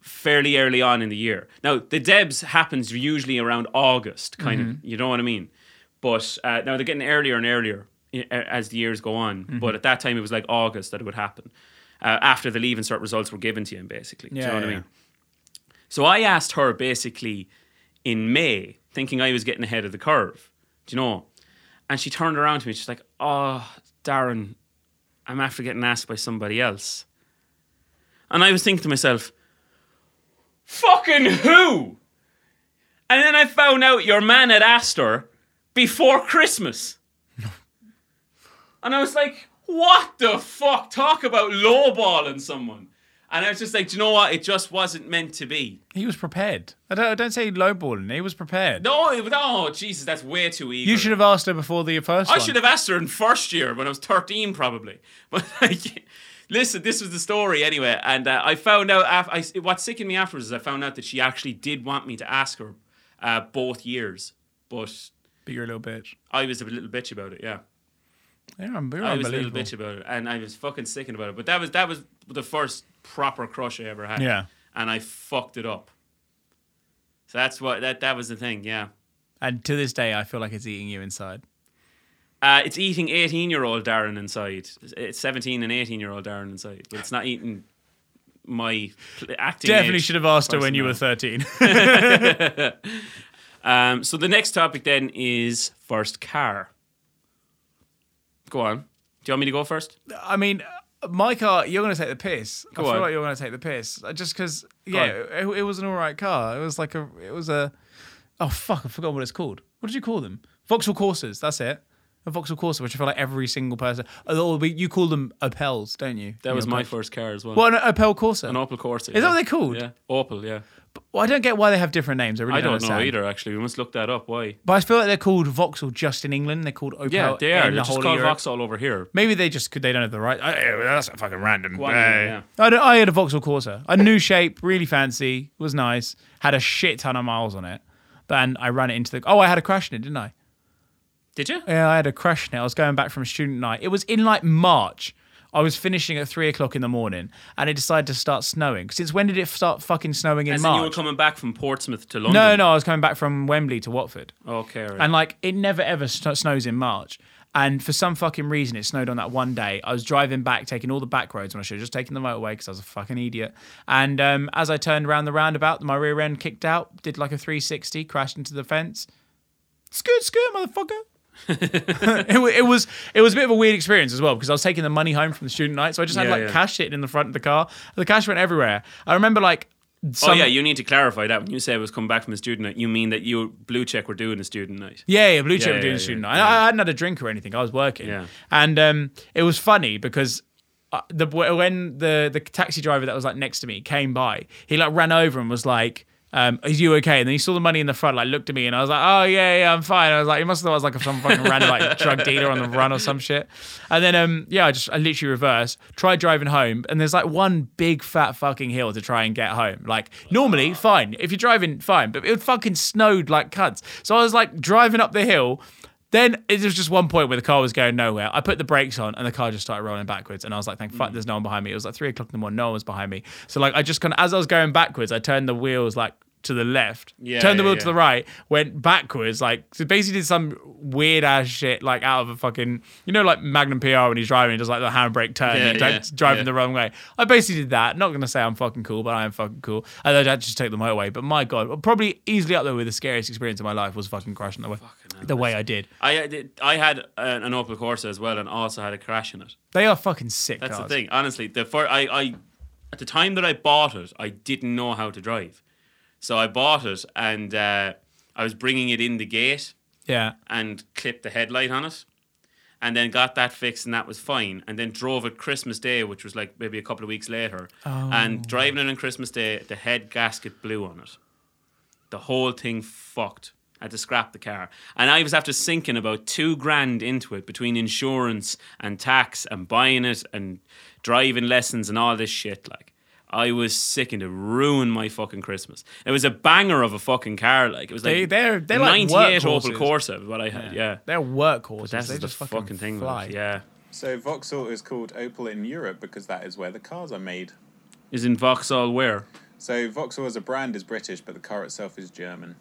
S1: fairly early on in the year. Now the Debs happens usually around August, kind of. You know what I mean? But uh, now they're getting earlier and earlier i- a- as the years go on. But at that time, it was like August that it would happen. Uh, after the leave insert results were given to him, basically. Do you
S3: Yeah,
S1: know what I
S3: yeah.
S1: mean? So I asked her basically in May, thinking I was getting ahead of the curve. Do you know? And she turned around to me. She's like, "Oh, Darren, I'm after getting asked by somebody else." And I was thinking to myself, "Fucking who?" And then I found out your man had asked her before Christmas. and I was like, "What the fuck? Talk about lowballing someone." And I was just like, "Do you know what? It just wasn't meant to be."
S3: He was prepared. I don't, I don't say lowballing. He was prepared.
S1: No, it- no, Jesus, that's way too easy.
S3: You should have asked her before the first
S1: I
S3: one.
S1: should have asked her in first year when I was 13, probably. But like, listen, this was the story anyway. And uh, I found out, af- I, what sickened me afterwards is I found out that she actually did want me to ask her uh, both years. But
S3: But you're a little bitch.
S1: I was a little bitch about it, yeah.
S3: Yeah, I'm, you're
S1: I was a little
S3: unbelievable.
S1: bitch about it. And I was fucking sickened about it. But that was that was the first proper crush I ever had.
S3: Yeah.
S1: And I fucked it up. So that's what, that, that was the thing, yeah.
S3: And to this day, I feel like it's eating you inside.
S1: Uh, it's eating 18 year old Darren inside. It's 17 and 18 year old Darren inside, but it's not eating my pl- acting.
S3: Definitely
S1: age
S3: should have asked her when you were
S1: personnel.
S3: 13.
S1: Um, so the next topic then is first car. Go on. Do you want me to go first?
S3: I mean, uh, my car, you're going to take the piss. I
S1: Go
S3: feel
S1: on.
S3: like you're going to take the piss. Uh, Just because, yeah, it, it was an all right car. It was like a, it was a, oh fuck, I forgot what it's called. What did you call them? Vauxhall Corsas, that's it. A Vauxhall Corsa, which I feel like every single person, although we- you call them Opels, don't you?
S1: That
S3: In
S1: was
S3: your
S1: my
S3: place.
S1: first car as well.
S3: Well, an Opel Corsa.
S1: An Opel Corsa.
S3: Is that what they're called?
S1: Yeah. Opel, yeah.
S3: Well, I don't get why they have different names. I really
S1: I don't know
S3: understand.
S1: either. Actually, we must look that up. Why?
S3: But I feel like they're called Vauxhall just in England. They're called Opel.
S1: Yeah, they are.
S3: In
S1: They're
S3: the
S1: just
S3: whole of
S1: called
S3: Europe.
S1: Vauxhall over here.
S3: Maybe they just could. They don't have the right. I, yeah, that's a fucking random.
S1: Guan Yu,
S3: Eh.
S1: yeah.
S3: I, don't- I had a Vauxhall Corsa. A new shape, really fancy, was nice. Had a shit ton of miles on it. Then I ran it into the. Oh, I had a crash in it, didn't I?
S1: Did you?
S3: Yeah, I had a crash in it. I was going back from student night. It was in like March. I was finishing at three o'clock in the morning, and it decided to start snowing. Since when did it start fucking snowing in
S1: As in you were
S3: March?
S1: coming back from Portsmouth to London.
S3: no, no, I was coming back from Wembley to Watford.
S1: Okay. all right.
S3: And like it never ever sn- snows in March. And for some fucking reason, it snowed on that one day. I was driving back, taking all the back roads when I should have just taken the motorway because I was a fucking idiot. And um, as I turned around the roundabout, my rear end kicked out, did like a 360, crashed into the fence. Scoot, scoot, motherfucker. it, wa- it was it was a bit of a weird experience as well because I was taking the money home from the student night, so I just had
S1: Yeah,
S3: like
S1: yeah.
S3: cash sitting in the front of the car. The cash went everywhere. I remember like some,
S1: oh yeah, you need to clarify that when you say I was coming back from a student night, you mean that you blue check were doing a student night.
S3: Yeah, yeah, blue chip
S1: Yeah,
S3: were doing
S1: yeah,
S3: student
S1: yeah,
S3: night. I, I hadn't had a drink or anything. I was working,
S1: Yeah.
S3: and um, it was funny because uh, the when the the taxi driver that was like next to me came by, he like ran over and was like. Um, is you okay? And then he saw the money in the front, like looked at me, and I was like, "Oh yeah, yeah, I'm fine." I was like, "He must have thought I was like some fucking random like drug dealer on the run or some shit." And then, um, yeah, I just I literally reversed, tried driving home, and there's like one big fat fucking hill to try and get home. Like normally, fine if you're driving, fine, but it fucking snowed like cunts. So I was like driving up the hill, then it was just one point where the car was going nowhere. I put the brakes on and the car just started rolling backwards. And I was like, thank
S1: Mm.
S3: fuck, there's no one behind me. It was like three o'clock in the morning, no one was behind me. So, like, I just kind of, as I was going backwards, I turned the wheels like to the left,
S1: Yeah,
S3: turned the
S1: yeah,
S3: wheel
S1: yeah.
S3: to the right, went backwards. Like, so basically did some weird ass shit, like out of a fucking, you know, like Magnum PR when he's driving, just like the handbrake turn,
S1: Yeah,
S3: you don't
S1: yeah,
S3: driving
S1: yeah.
S3: the wrong way. I basically did that. Not going to say I'm fucking cool, but I am fucking cool. I don't I'd just take the motorway, but my God, probably easily up there with the scariest experience of my life was fucking crashing the way, the way I did.
S1: I I did- I had an, an Opel Corsa as well, and also had a crash in it.
S3: They are fucking sick.
S1: That's
S3: cars.
S1: the thing. Honestly, the first, I, I at the time that I bought it, I didn't know how to drive, so I bought it and uh, I was bringing it in the gate
S3: Yeah.
S1: and clipped the headlight on it, and then got that fixed and that was fine, and then drove it Christmas Day, which was like maybe a couple of weeks later,
S3: Oh.
S1: and driving it on Christmas Day, the head gasket blew on it, the whole thing fucked. I had to scrap the car, and I was after sinking about two grand into it between insurance and tax and buying it and driving lessons and all this shit. Like, I was sickened to ruin my fucking Christmas. It was a banger of a fucking car. Like, it was like
S3: They- they're- they're like
S1: 98 Opel
S3: workhorses.
S1: Corsa. is What I had, yeah.
S3: They're workhorses.
S1: That's
S3: they
S1: the
S3: just fucking,
S1: fucking thing. with it,
S3: Fly.
S1: Yeah,
S4: So Vauxhall is called Opel in Europe because that is where the cars are made.
S1: is in Vauxhall where?
S4: So Vauxhall as a brand is British, but the car itself is German.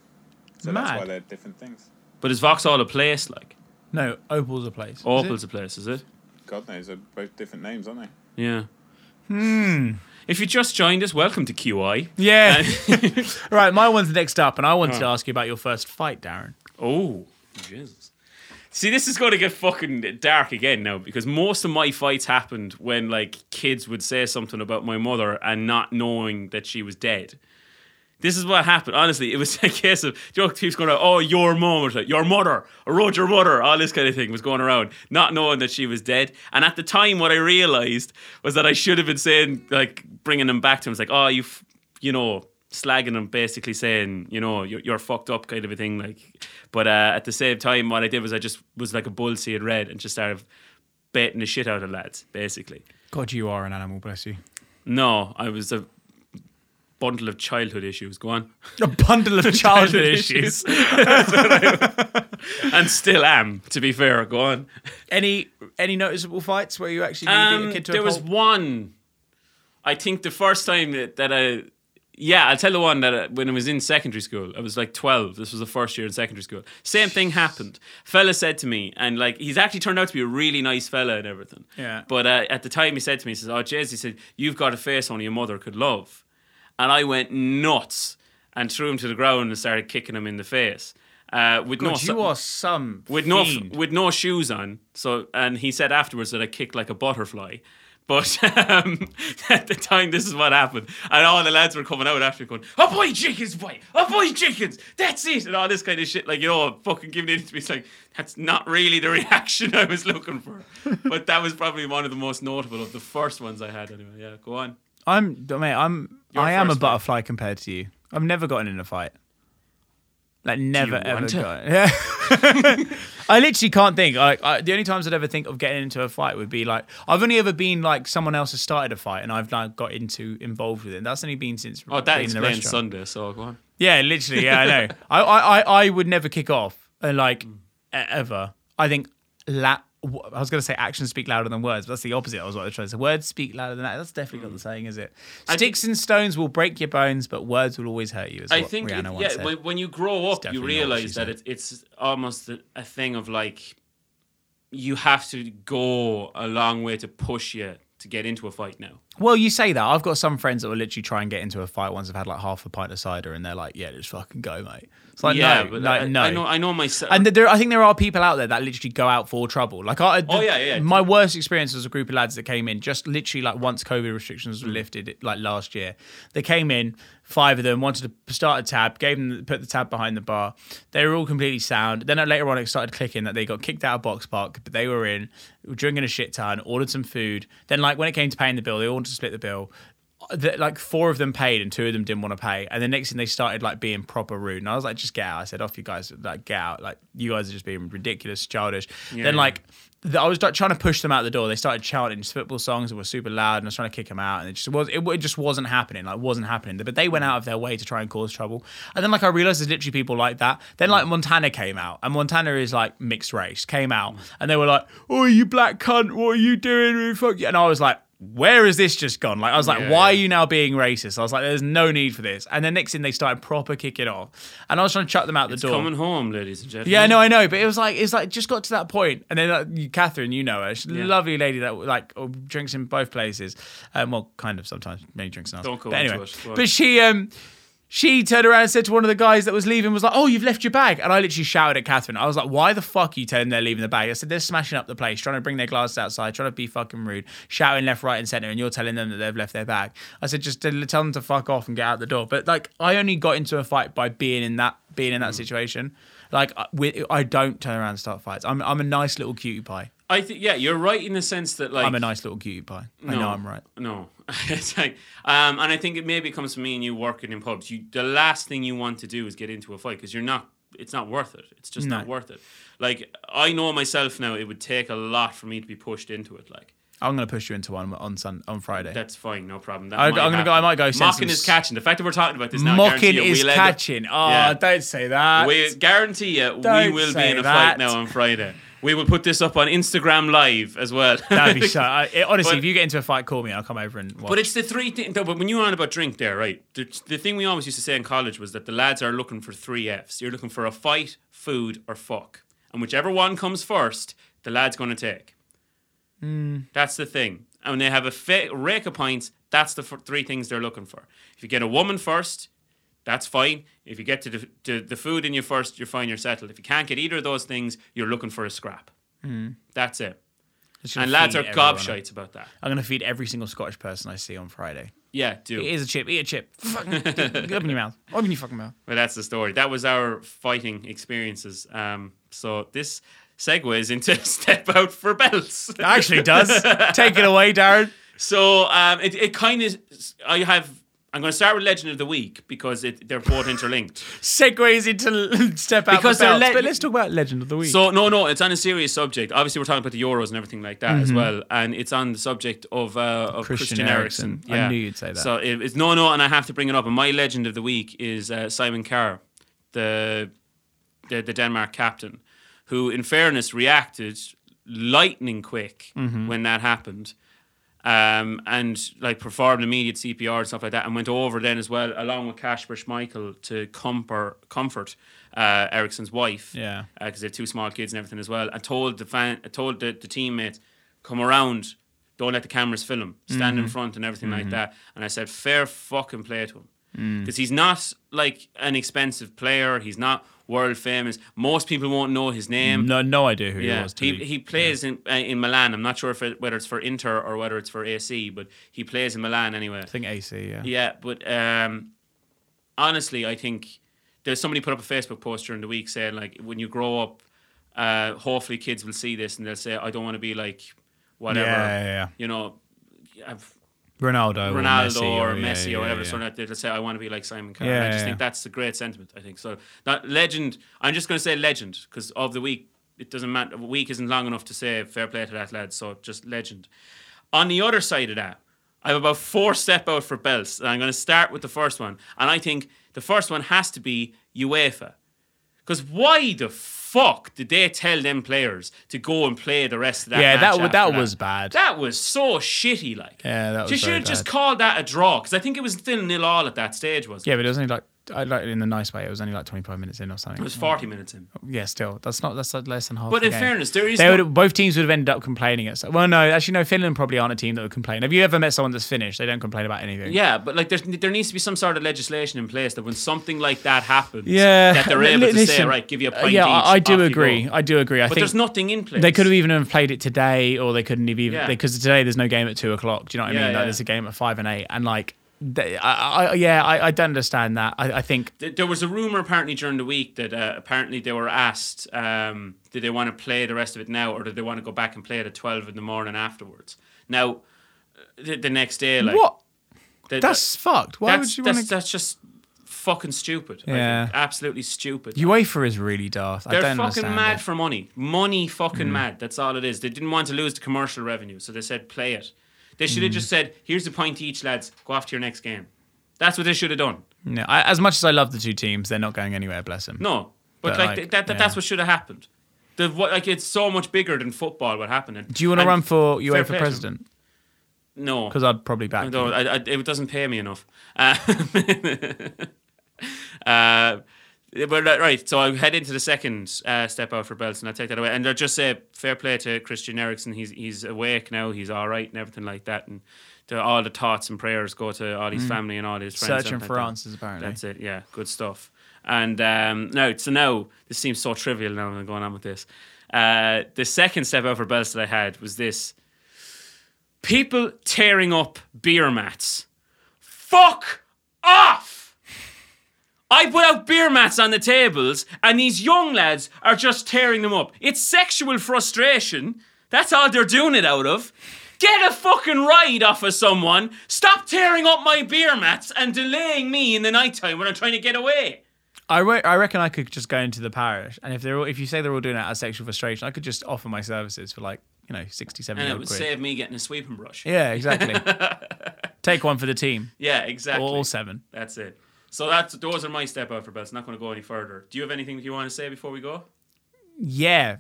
S4: So that's why
S3: Mad.
S4: they're different things.
S1: But is Vauxhall a place? Like
S3: No, Opal's a place. is
S1: Opel's
S3: it?
S1: a place, is it?
S4: God knows, they're both different names, aren't they?
S1: Yeah. Hmm.
S3: Hmm.
S1: If you just joined us, welcome to QI.
S3: Yeah. right, my one's next up, and I wanted to ask you about your first fight, Darren.
S1: Oh, Jesus. See, this is going to get fucking dark again now because most of my fights happened when like kids would say something about my mother and not knowing that she was dead. This is what happened. Honestly, it was a case of joke keeps going around. Oh, your mom was like your mother, I wrote your mother. All this kind of thing was going around, not knowing that she was dead. And at the time, what I realized was that I should have been saying like bringing them back to him. It's like, oh, you, f- you know, slagging them, basically saying, you know, you're, you're fucked up, kind of a thing. Like, but uh, at the same time, what I did was I just was like a bull seeing red and just started baiting the shit out of lads, basically.
S3: God, you are an animal, bless you.
S1: No, I was a bundle of childhood issues. Go on.
S3: A bundle of childhood issues.
S1: and still am, to be fair. Go on.
S3: Any any noticeable fights where you actually really beat
S1: Um,
S3: a kid to
S1: there
S3: a
S1: was
S3: pulp?
S1: one. I think the first time that, that I, yeah, I'll tell the one that I, when I was in secondary school, I was like 12. This was the first year in secondary school. Same thing happened. Fella said to me, and like he's actually turned out to be a really nice fella and everything.
S3: Yeah.
S1: But uh, at the time he said to me, he says, "Oh, Jez," he said, "you've got a face only your mother could love," and I went nuts and threw him to the ground and started kicking him in the face. Uh, with no,
S3: God,
S1: so-
S3: you are some
S1: with no
S3: fiend.
S1: with no shoes on. So and he said afterwards that I kicked like a butterfly. But um, at the time, this is what happened, and all the lads were coming out after going, "Oh boy, Jenkins, boy, oh boy, Jenkins, that's it," and all this kind of shit. Like you know, fucking giving it to me. It's like that's not really the reaction I was looking for. but that was probably one of the most notable of the first ones I had. Anyway, yeah, go on.
S3: I'm mate, I'm I am
S1: first
S3: a
S1: fight.
S3: butterfly compared to you. I've never gotten in a fight. Like never ever
S1: want to?
S3: got. Yeah. I literally can't think. Like I, the only times I'd ever think of getting into a fight would be like I've only ever been like someone else has started a fight and I've like got into involved with it. That's only been since.
S1: Oh, that
S3: being in the
S1: explains
S3: restaurant.
S1: Sunday. So go on.
S3: Yeah, literally. Yeah, I know. I, I, I, I would never kick off uh, like
S1: Mm.
S3: e- ever. I think la- w- I was going to say actions speak louder than words, but that's the opposite. I was what I was trying to say. Words speak louder than that. That's
S1: Mm.
S3: definitely not the saying, is it? Sticks and stones will break your bones, but words will always hurt you. Is
S1: I
S3: what
S1: think,
S3: Rihanna
S1: it-
S3: once
S1: yeah,
S3: said.
S1: when, when you grow up, you
S3: definitely not what
S1: realize
S3: she
S1: that it's it's almost a, a thing of like you have to go a long way to push you to get into a fight now.
S3: Well, you say that. I've got some friends that will literally try and get into a fight once I've had like half a pint of cider, and they're like, "Yeah, just fucking go, mate." It's like,
S1: yeah,
S3: Uh, no,
S1: but
S3: like,
S1: I,
S3: no.
S1: I know, I know myself.
S3: And there, I think there are people out there that literally go out for trouble. Like, I,
S1: Oh, yeah, yeah, yeah.
S3: My worst experience was a group of lads that came in just literally like once COVID restrictions were lifted, like last year. They came in, five of them wanted to start a tab, gave them put the tab behind the bar. They were all completely sound. Then uh, later on, it started clicking that they got kicked out of Box Park, but they were in, were drinking a shit ton, ordered some food. Then like when it came to paying the bill, they all wanted to split the bill that like four of them paid and two of them didn't want to pay. And the next thing they started like being proper rude. And I was like, just get out. I said, off you guys, like get out. Like you guys are just being ridiculous, childish. then like the, I was like trying to push them out the door. They started chanting football songs that were super loud, and I was trying to kick them out. And it just was it, it just wasn't happening. Like wasn't happening. But they went out of their way to try and cause trouble. And then like I realized there's literally people like that. Then like Montana came out, and Montana is like mixed race came out, and they were like, oh you black cunt, what are you doing? Fuck you. And I was like where is this just gone? Like, I was like, why are you now being racist? I was like, there's no need for this. And then next thing they started proper kicking off. And I was trying to chuck them out the door.
S1: coming home, ladies and gentlemen.
S3: Yeah, no, I know, but it was like it's like just got to that point, and then like, you- Catherine, you know her, she's a
S1: Yeah.
S3: lovely lady that like drinks in both places, um, well, kind of sometimes, maybe drinks in ours.
S1: Don't go
S3: but
S1: into
S3: anyway,
S1: it, go on.
S3: but she um. She turned around and said to one of the guys that was leaving, was like, "Oh, you've left your bag," and I literally shouted at Catherine. I was like, "Why the fuck are you telling them they're leaving the bag?" I said, "They're smashing up the place, trying to bring their glasses outside, trying to be fucking rude, shouting left, right, and center, and you're telling them that they've left their bag." I said, "Just tell them to fuck off and get out the door." But like, I only got into a fight by being in that being
S1: Hmm.
S3: in that situation. Like I- we, I don't turn around and start fights. I'm I'm a nice little cutie pie.
S1: I think yeah, you're right in the sense that like
S3: I'm a nice little cutie pie. I know I'm right.
S1: No, it's like, um, and I think it maybe comes from me and you working in pubs. You, the last thing you want to do is get into a fight because you're not. It's not worth it. It's just not worth it. Like I know myself now, it would take a lot for me to be pushed into it. Like
S3: I'm gonna push you into one on Sun on Friday.
S1: that's fine, no problem. That
S3: I-
S1: might
S3: I'm gonna go- I
S1: happen.
S3: might go send
S1: Mocking
S3: some
S1: is
S3: s-
S1: catching. The fact that we're talking about this now, I guarantee
S3: Mocking
S1: you
S3: is
S1: we'll end up-
S3: catching. Oh,
S1: Yeah.
S3: don't say that.
S1: We guarantee you, we
S3: Don't
S1: will be
S3: say
S1: in a
S3: that.
S1: fight now on Friday. We will put this up on Instagram Live as well.
S3: That'd be so. I, it- honestly,
S1: But-
S3: if you get into a fight, call me. I'll come over and watch.
S1: But it's the three thing. though, But when you were on about drink there, right? The, the thing we always used to say in college was that the lads are looking for three Fs. You're looking for a fight, food, or fuck. And whichever one comes first, the lad's going to take.
S3: Hmm.
S1: That's the thing. And when they have a fa- rake of pints, that's the f- three things they're looking for. If you get a woman first, that's fine. If you get to the, to the food in you first, you're fine, you're settled. If you can't get either of those things, you're looking for a scrap. That's it.
S3: I'm just gonna
S1: And lads
S3: Hmm. feed
S1: are
S3: everyone.
S1: gobshites about that.
S3: I'm gonna feed every single Scottish person I see on Friday.
S1: Yeah, do.
S3: Eat a chip. Eat a chip. Fucking- Open your mouth. Open your fucking mouth.
S1: Well, that's the story. That was our fighting experiences. Um, so this segues into step out for belts.
S3: Actually, does take it away, Darren.
S1: So um, it, it kind of I have. I'm going to start with legend of the week because it, they're both interlinked.
S3: Segues into step out
S1: Because
S3: because
S1: they're le-
S3: but let's talk about legend of the week.
S1: so no, no, it's on a serious subject. Obviously, we're talking about the Euros and everything like that as well, and it's on the subject of uh, of Christian,
S3: Mm-hmm. Christian
S1: Eriksen.
S3: Eriksen. I knew you'd say that.
S1: So it, it's no, no, and I have to bring it up. And my legend of the week is uh, Simon Carr, the, the the Denmark captain, who, in fairness, reacted lightning quick
S3: Mm-hmm.
S1: when that happened. Um, and like performed immediate CPR and stuff like that, and went over then as well, along with Kasper Schmeichel to comfort comfort uh, Ericsson's wife,
S3: Yeah.
S1: because uh, they had two small kids and everything as well. I told the fan, I told the, the teammates, come around, don't let the cameras film him, stand
S3: Mm-hmm.
S1: in front and everything like that. And I said, fair fucking play to
S3: Mm.
S1: him, because he's not like an expensive player. He's not world famous. Most people won't know his name.
S3: no, no idea who he
S1: Yeah,
S3: was. to
S1: he,
S3: be-
S1: he plays in uh, in Milan. I'm not sure if it, whether it's for Inter or whether it's for AC, but he plays in Milan anyway.
S3: I think AC. Yeah.
S1: Yeah, but um, honestly, I think there's somebody put up a Facebook post during the week saying like, when you grow up, uh, hopefully kids will see this and they'll say, I don't want to be like whatever.
S3: Yeah, yeah, yeah.
S1: You know, I've,
S3: Ronaldo,
S1: Ronaldo
S3: or
S1: or
S3: Messi,
S1: Messi or,
S3: yeah, yeah,
S1: whatever
S3: yeah.
S1: sort of they say I want to be like Simon Cowell.
S3: Yeah,
S1: And I just
S3: yeah, yeah.
S1: think that's the great sentiment. I think so. That legend. I'm just going to say legend because of the week. It doesn't matter. A week isn't long enough to say fair play to that lad. So just legend. On the other side of that, I have about four step out for belts, and I'm going to start with the first one. And I think the first one has to be UEFA. Because why the fuck did they tell them players to go and play the rest of that?
S3: Yeah,
S1: match
S3: that w-
S1: after
S3: that was bad.
S1: That was so shitty. Like,
S3: Yeah, that was
S1: She should
S3: very
S1: have just
S3: bad.
S1: called that a draw because I think it was still nil all at that stage. Was it?
S3: Yeah, but it was only like I like it in the nice way. It was only like 25 minutes in or something.
S1: It was 40 minutes in.
S3: yeah, still that's not that's like less than half.
S1: But
S3: the
S1: in
S3: game.
S1: fairness, there is
S3: they
S1: no-
S3: would both teams would have ended up complaining at. some- Well, no, actually, no. Finland probably aren't a team that would complain. Have you ever met someone that's Finnish? They don't complain about anything.
S1: Yeah, but like there's, there needs to be some sort of legislation in place that when something like that happens,
S3: yeah.
S1: that they're
S3: Li-
S1: able to say,
S3: listen,
S1: right, give you a
S3: uh,
S1: pint
S3: yeah,
S1: each,
S3: I, I
S1: off
S3: do
S1: you
S3: agree.
S1: go.
S3: I do agree. I
S1: But
S3: think
S1: there's nothing in place.
S3: They could have even played it today, or they couldn't have even
S1: Yeah.
S3: because today there's no game at two o'clock. Do you know what I
S1: Yeah,
S3: mean?
S1: yeah.
S3: Like, there's a game at five and eight, and like, they, I, I, yeah, I, I don't understand that. I, I think
S1: Th- There was a rumor apparently during the week that uh, apparently they were asked, um, did they want to play the rest of it now, or did they want to go back and play it at twelve in the morning afterwards? Now, uh, the, the next day, like
S3: what
S1: the-
S3: that's fucked. Why
S1: that's
S3: would you
S1: that's,
S3: want to?
S1: that's just fucking stupid. I
S3: Yeah.
S1: think. absolutely stupid.
S3: UEFA is really daft. I
S1: They're
S3: don't
S1: fucking
S3: understand
S1: mad
S3: it. Mm.
S1: for money. Money fucking mad. That's all it is. They didn't want to lose the commercial revenue, so they said play it. They should have
S3: Mm.
S1: just said, "Here's a point each, lads. Go off to your next game." That's what they should have done.
S3: No, I, as much as I love the two teams, they're not going anywhere. Bless them.
S1: No, but,
S3: But,
S1: like,
S3: like,
S1: th- that, that,
S3: yeah.
S1: that's what should have happened. The what like it's so much bigger than football. What happened? And-
S3: Do you want to
S1: and
S3: run for
S1: fair play
S3: UEFA
S1: to
S3: president?
S1: them. No,
S3: Because I'd probably back.
S1: No,
S3: you.
S1: I, I, it doesn't pay me enough. Uh, uh, but uh, right, so I will head into the second uh, step out for Belts, and I take that away. And I just say fair play to Christian Eriksen. He's he's awake now. He's all right and everything like that. And to all the thoughts and prayers go to all his family and all his friends.
S3: Mm. Searching
S1: everything
S3: for
S1: like that.
S3: answers, apparently.
S1: That's it. Yeah, good stuff. And um, now, so now this seems so trivial now I'm going on with this. Uh, the second step out for Belts that I had was this people tearing up beer mats. Fuck off! I put out beer mats on the tables, and these young lads are just tearing them up. It's sexual frustration. That's all they're doing it out of. Get a fucking ride off of someone. Stop tearing up my beer mats and delaying me in the nighttime when I'm trying to get away.
S3: I, re- I reckon I could just go into the parish, and if they're all, if you say they're all doing it out of sexual frustration, I could just offer my services for like you know sixty seven.
S1: And it
S3: odd
S1: would
S3: quid.
S1: save me getting a sweeping brush.
S3: Yeah, exactly. Take one for the team,
S1: Yeah, exactly.
S3: or all seven.
S1: That's it. So that's those are my step out for belts. Not going to go any further. Do you have anything that you want to say before we go?
S3: Yeah.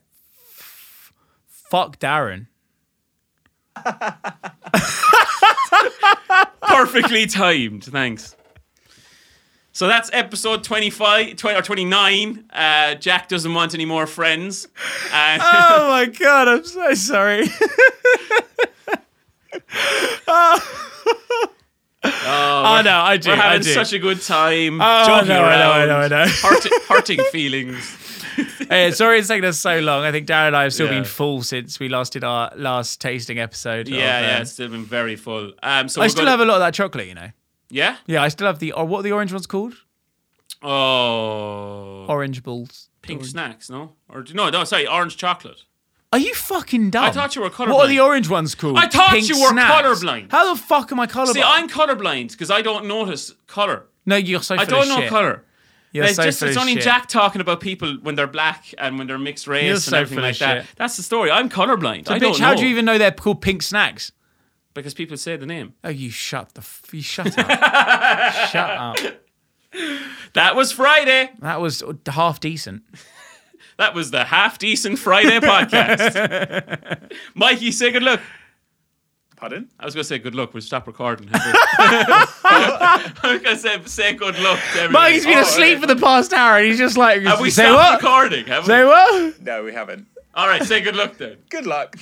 S3: F- Fuck Darren.
S1: perfectly timed. Thanks. So that's episode 25, 20, or 29. Uh, Jack doesn't want any more friends. And
S3: Oh my god, I'm so sorry. oh no, I do.
S1: we're
S3: I
S1: having
S3: do.
S1: such a good time.
S3: Oh,
S1: jogging
S3: I know, I know, I
S1: around,
S3: know, I know.
S1: Hurting, hurting feelings.
S3: Hey, sorry it's taken us so long. I think Darren and I have still
S1: Yeah.
S3: been full since we last did our last tasting episode.
S1: Yeah,
S3: of,
S1: yeah,
S3: um,
S1: it's still been very full. Um, so
S3: I
S1: we're
S3: still
S1: gonna-
S3: have a lot of that chocolate, you know.
S1: Yeah?
S3: Yeah, I still have the. Or what are the orange ones called?
S1: Oh.
S3: Orange balls.
S1: pink snacks, no? Or No, no, sorry, orange chocolate.
S3: Are you fucking dumb?
S1: I thought you were colourblind.
S3: What are the orange ones called?
S1: I thought
S3: Pink
S1: you were
S3: snacks.
S1: colourblind.
S3: How the fuck am I colorblind?
S1: See, I'm colorblind because I don't notice color.
S3: no, you're so.
S1: I
S3: full of
S1: don't know
S3: shit.
S1: color.
S3: You're
S1: It's
S3: so
S1: just
S3: full
S1: it's
S3: of
S1: only
S3: shit.
S1: Jack talking about people when they're black and when they're mixed race
S3: You're
S1: and
S3: so
S1: everything
S3: full
S1: like
S3: of
S1: that.
S3: shit.
S1: That's the story. I'm colorblind. I
S3: Bitch,
S1: don't know.
S3: how do you even know they're called pink snacks?
S1: Because people say the name.
S3: Oh, you shut the. F- you shut up. shut up.
S1: That was Friday.
S3: That was half decent.
S1: That was the half decent Friday podcast. Mikey, say good luck.
S4: Pardon?
S1: I was gonna say good luck. We'll stop recording. I was gonna say say good luck. To everybody.
S3: Mikey's been
S4: Oh,
S3: asleep
S4: okay.
S3: for the past hour, and he's just like,
S1: Have we
S3: say
S1: stopped
S3: what?
S1: recording? Have we?
S3: Say what?
S4: No, we haven't.
S1: All right, say good luck then.
S4: Good luck.